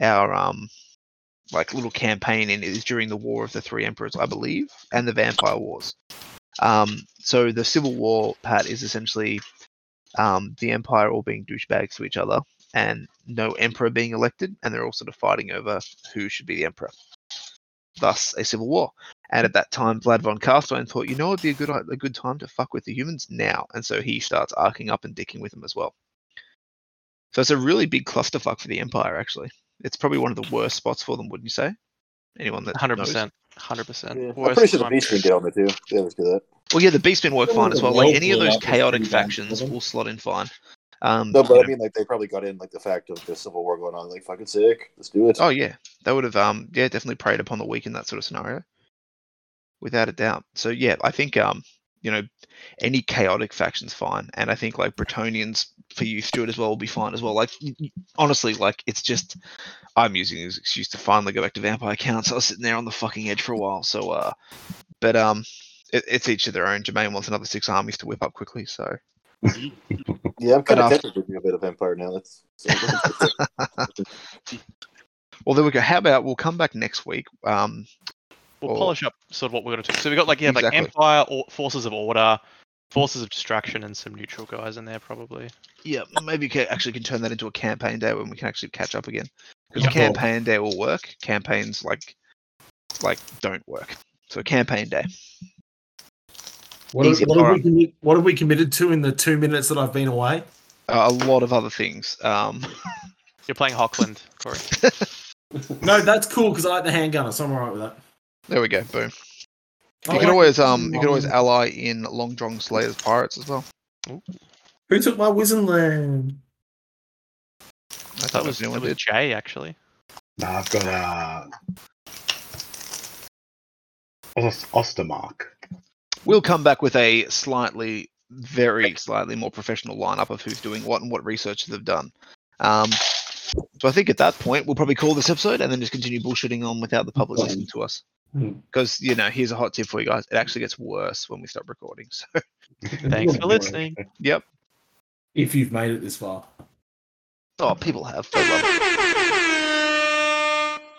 our um, like little campaign in is during the War of the Three Emperors, I believe, and the Vampire Wars. Um, so the Civil War, Pat, is essentially um, the Empire all being douchebags to each other, and no emperor being elected, and they're all sort of fighting over who should be the emperor. Thus, a civil war. And at that time, Vlad von Karstein thought, you know, it'd be a good i- a good time to fuck with the humans now, and so he starts arcing up and dicking with them as well. So it's a really big clusterfuck for the Empire, actually. It's probably one of the worst spots for them, wouldn't you say? Anyone that knows?
100%. 100%.
Yeah. I'm
Worst
pretty sure the
time.
beast can get on there too. Yeah, let's do that.
Well, yeah, the Beastmen work
Some of
fine as
the
well. Like
rogue
any of
war
those
up is
chaotic
pretty bad for
factions
them.
will slot in fine. Um,
No,
you
but I
know,
mean, like they probably got in like the fact of the Civil War going on. Like fucking sick. Let's do it.
Oh yeah, they would have um yeah definitely preyed upon the weak in that sort of scenario, without a doubt. So yeah, I think um you know any chaotic faction's fine, and I think like Bretonians for you Stuart as well will be fine as well. Like y- y- honestly, like it's just I'm using this excuse to finally go back to Vampire Counts. I was sitting there on the fucking edge for a while, so uh, but um it, it's each to their own. Jermaine wants another six armies to whip up quickly, so
yeah, I'm
But
kind of
after-
tempted to do a bit of Empire now. That's
well there we go. How about we'll come back next week. Um
we'll
Or-
polish up sort of what we're going to do. So we've got like yeah, like
Exactly.
Empire or Forces of Order, Forces of Distraction, and some neutral guys in there probably.
Yeah, maybe we can actually can turn that into a campaign day when we can actually catch up again. Because
Yeah.
campaign day will work. Campaigns like like don't work. So campaign day.
What, have,
Easy
what, have
forum.
we commi- what have we committed to in the two minutes that I've been away?
Uh, a lot of other things. Um,
You're playing Hockland, Corey.
No, that's cool because I like the handgunner, so I'm alright with that.
there we go. Boom. You
I like-
can always um you can always ally in Long Drong Slayer's pirates as well.
Who took my wizard land?
I
That
thought
was
was
it
new one
was
did.
Jay actually.
No, I've got uh, Os- Ostermark.
We'll come back with a slightly, very slightly more professional lineup of who's doing what and what research they've done. Um, so I think at that point we'll probably call this episode and then just continue bullshitting on without the public listening to us.
Mm.
Because you know, here's a hot tip for you guys: it actually gets worse when we stop recording. So
Thanks for listening.
yep.
If you've made it this far.
Oh, people have. They love it.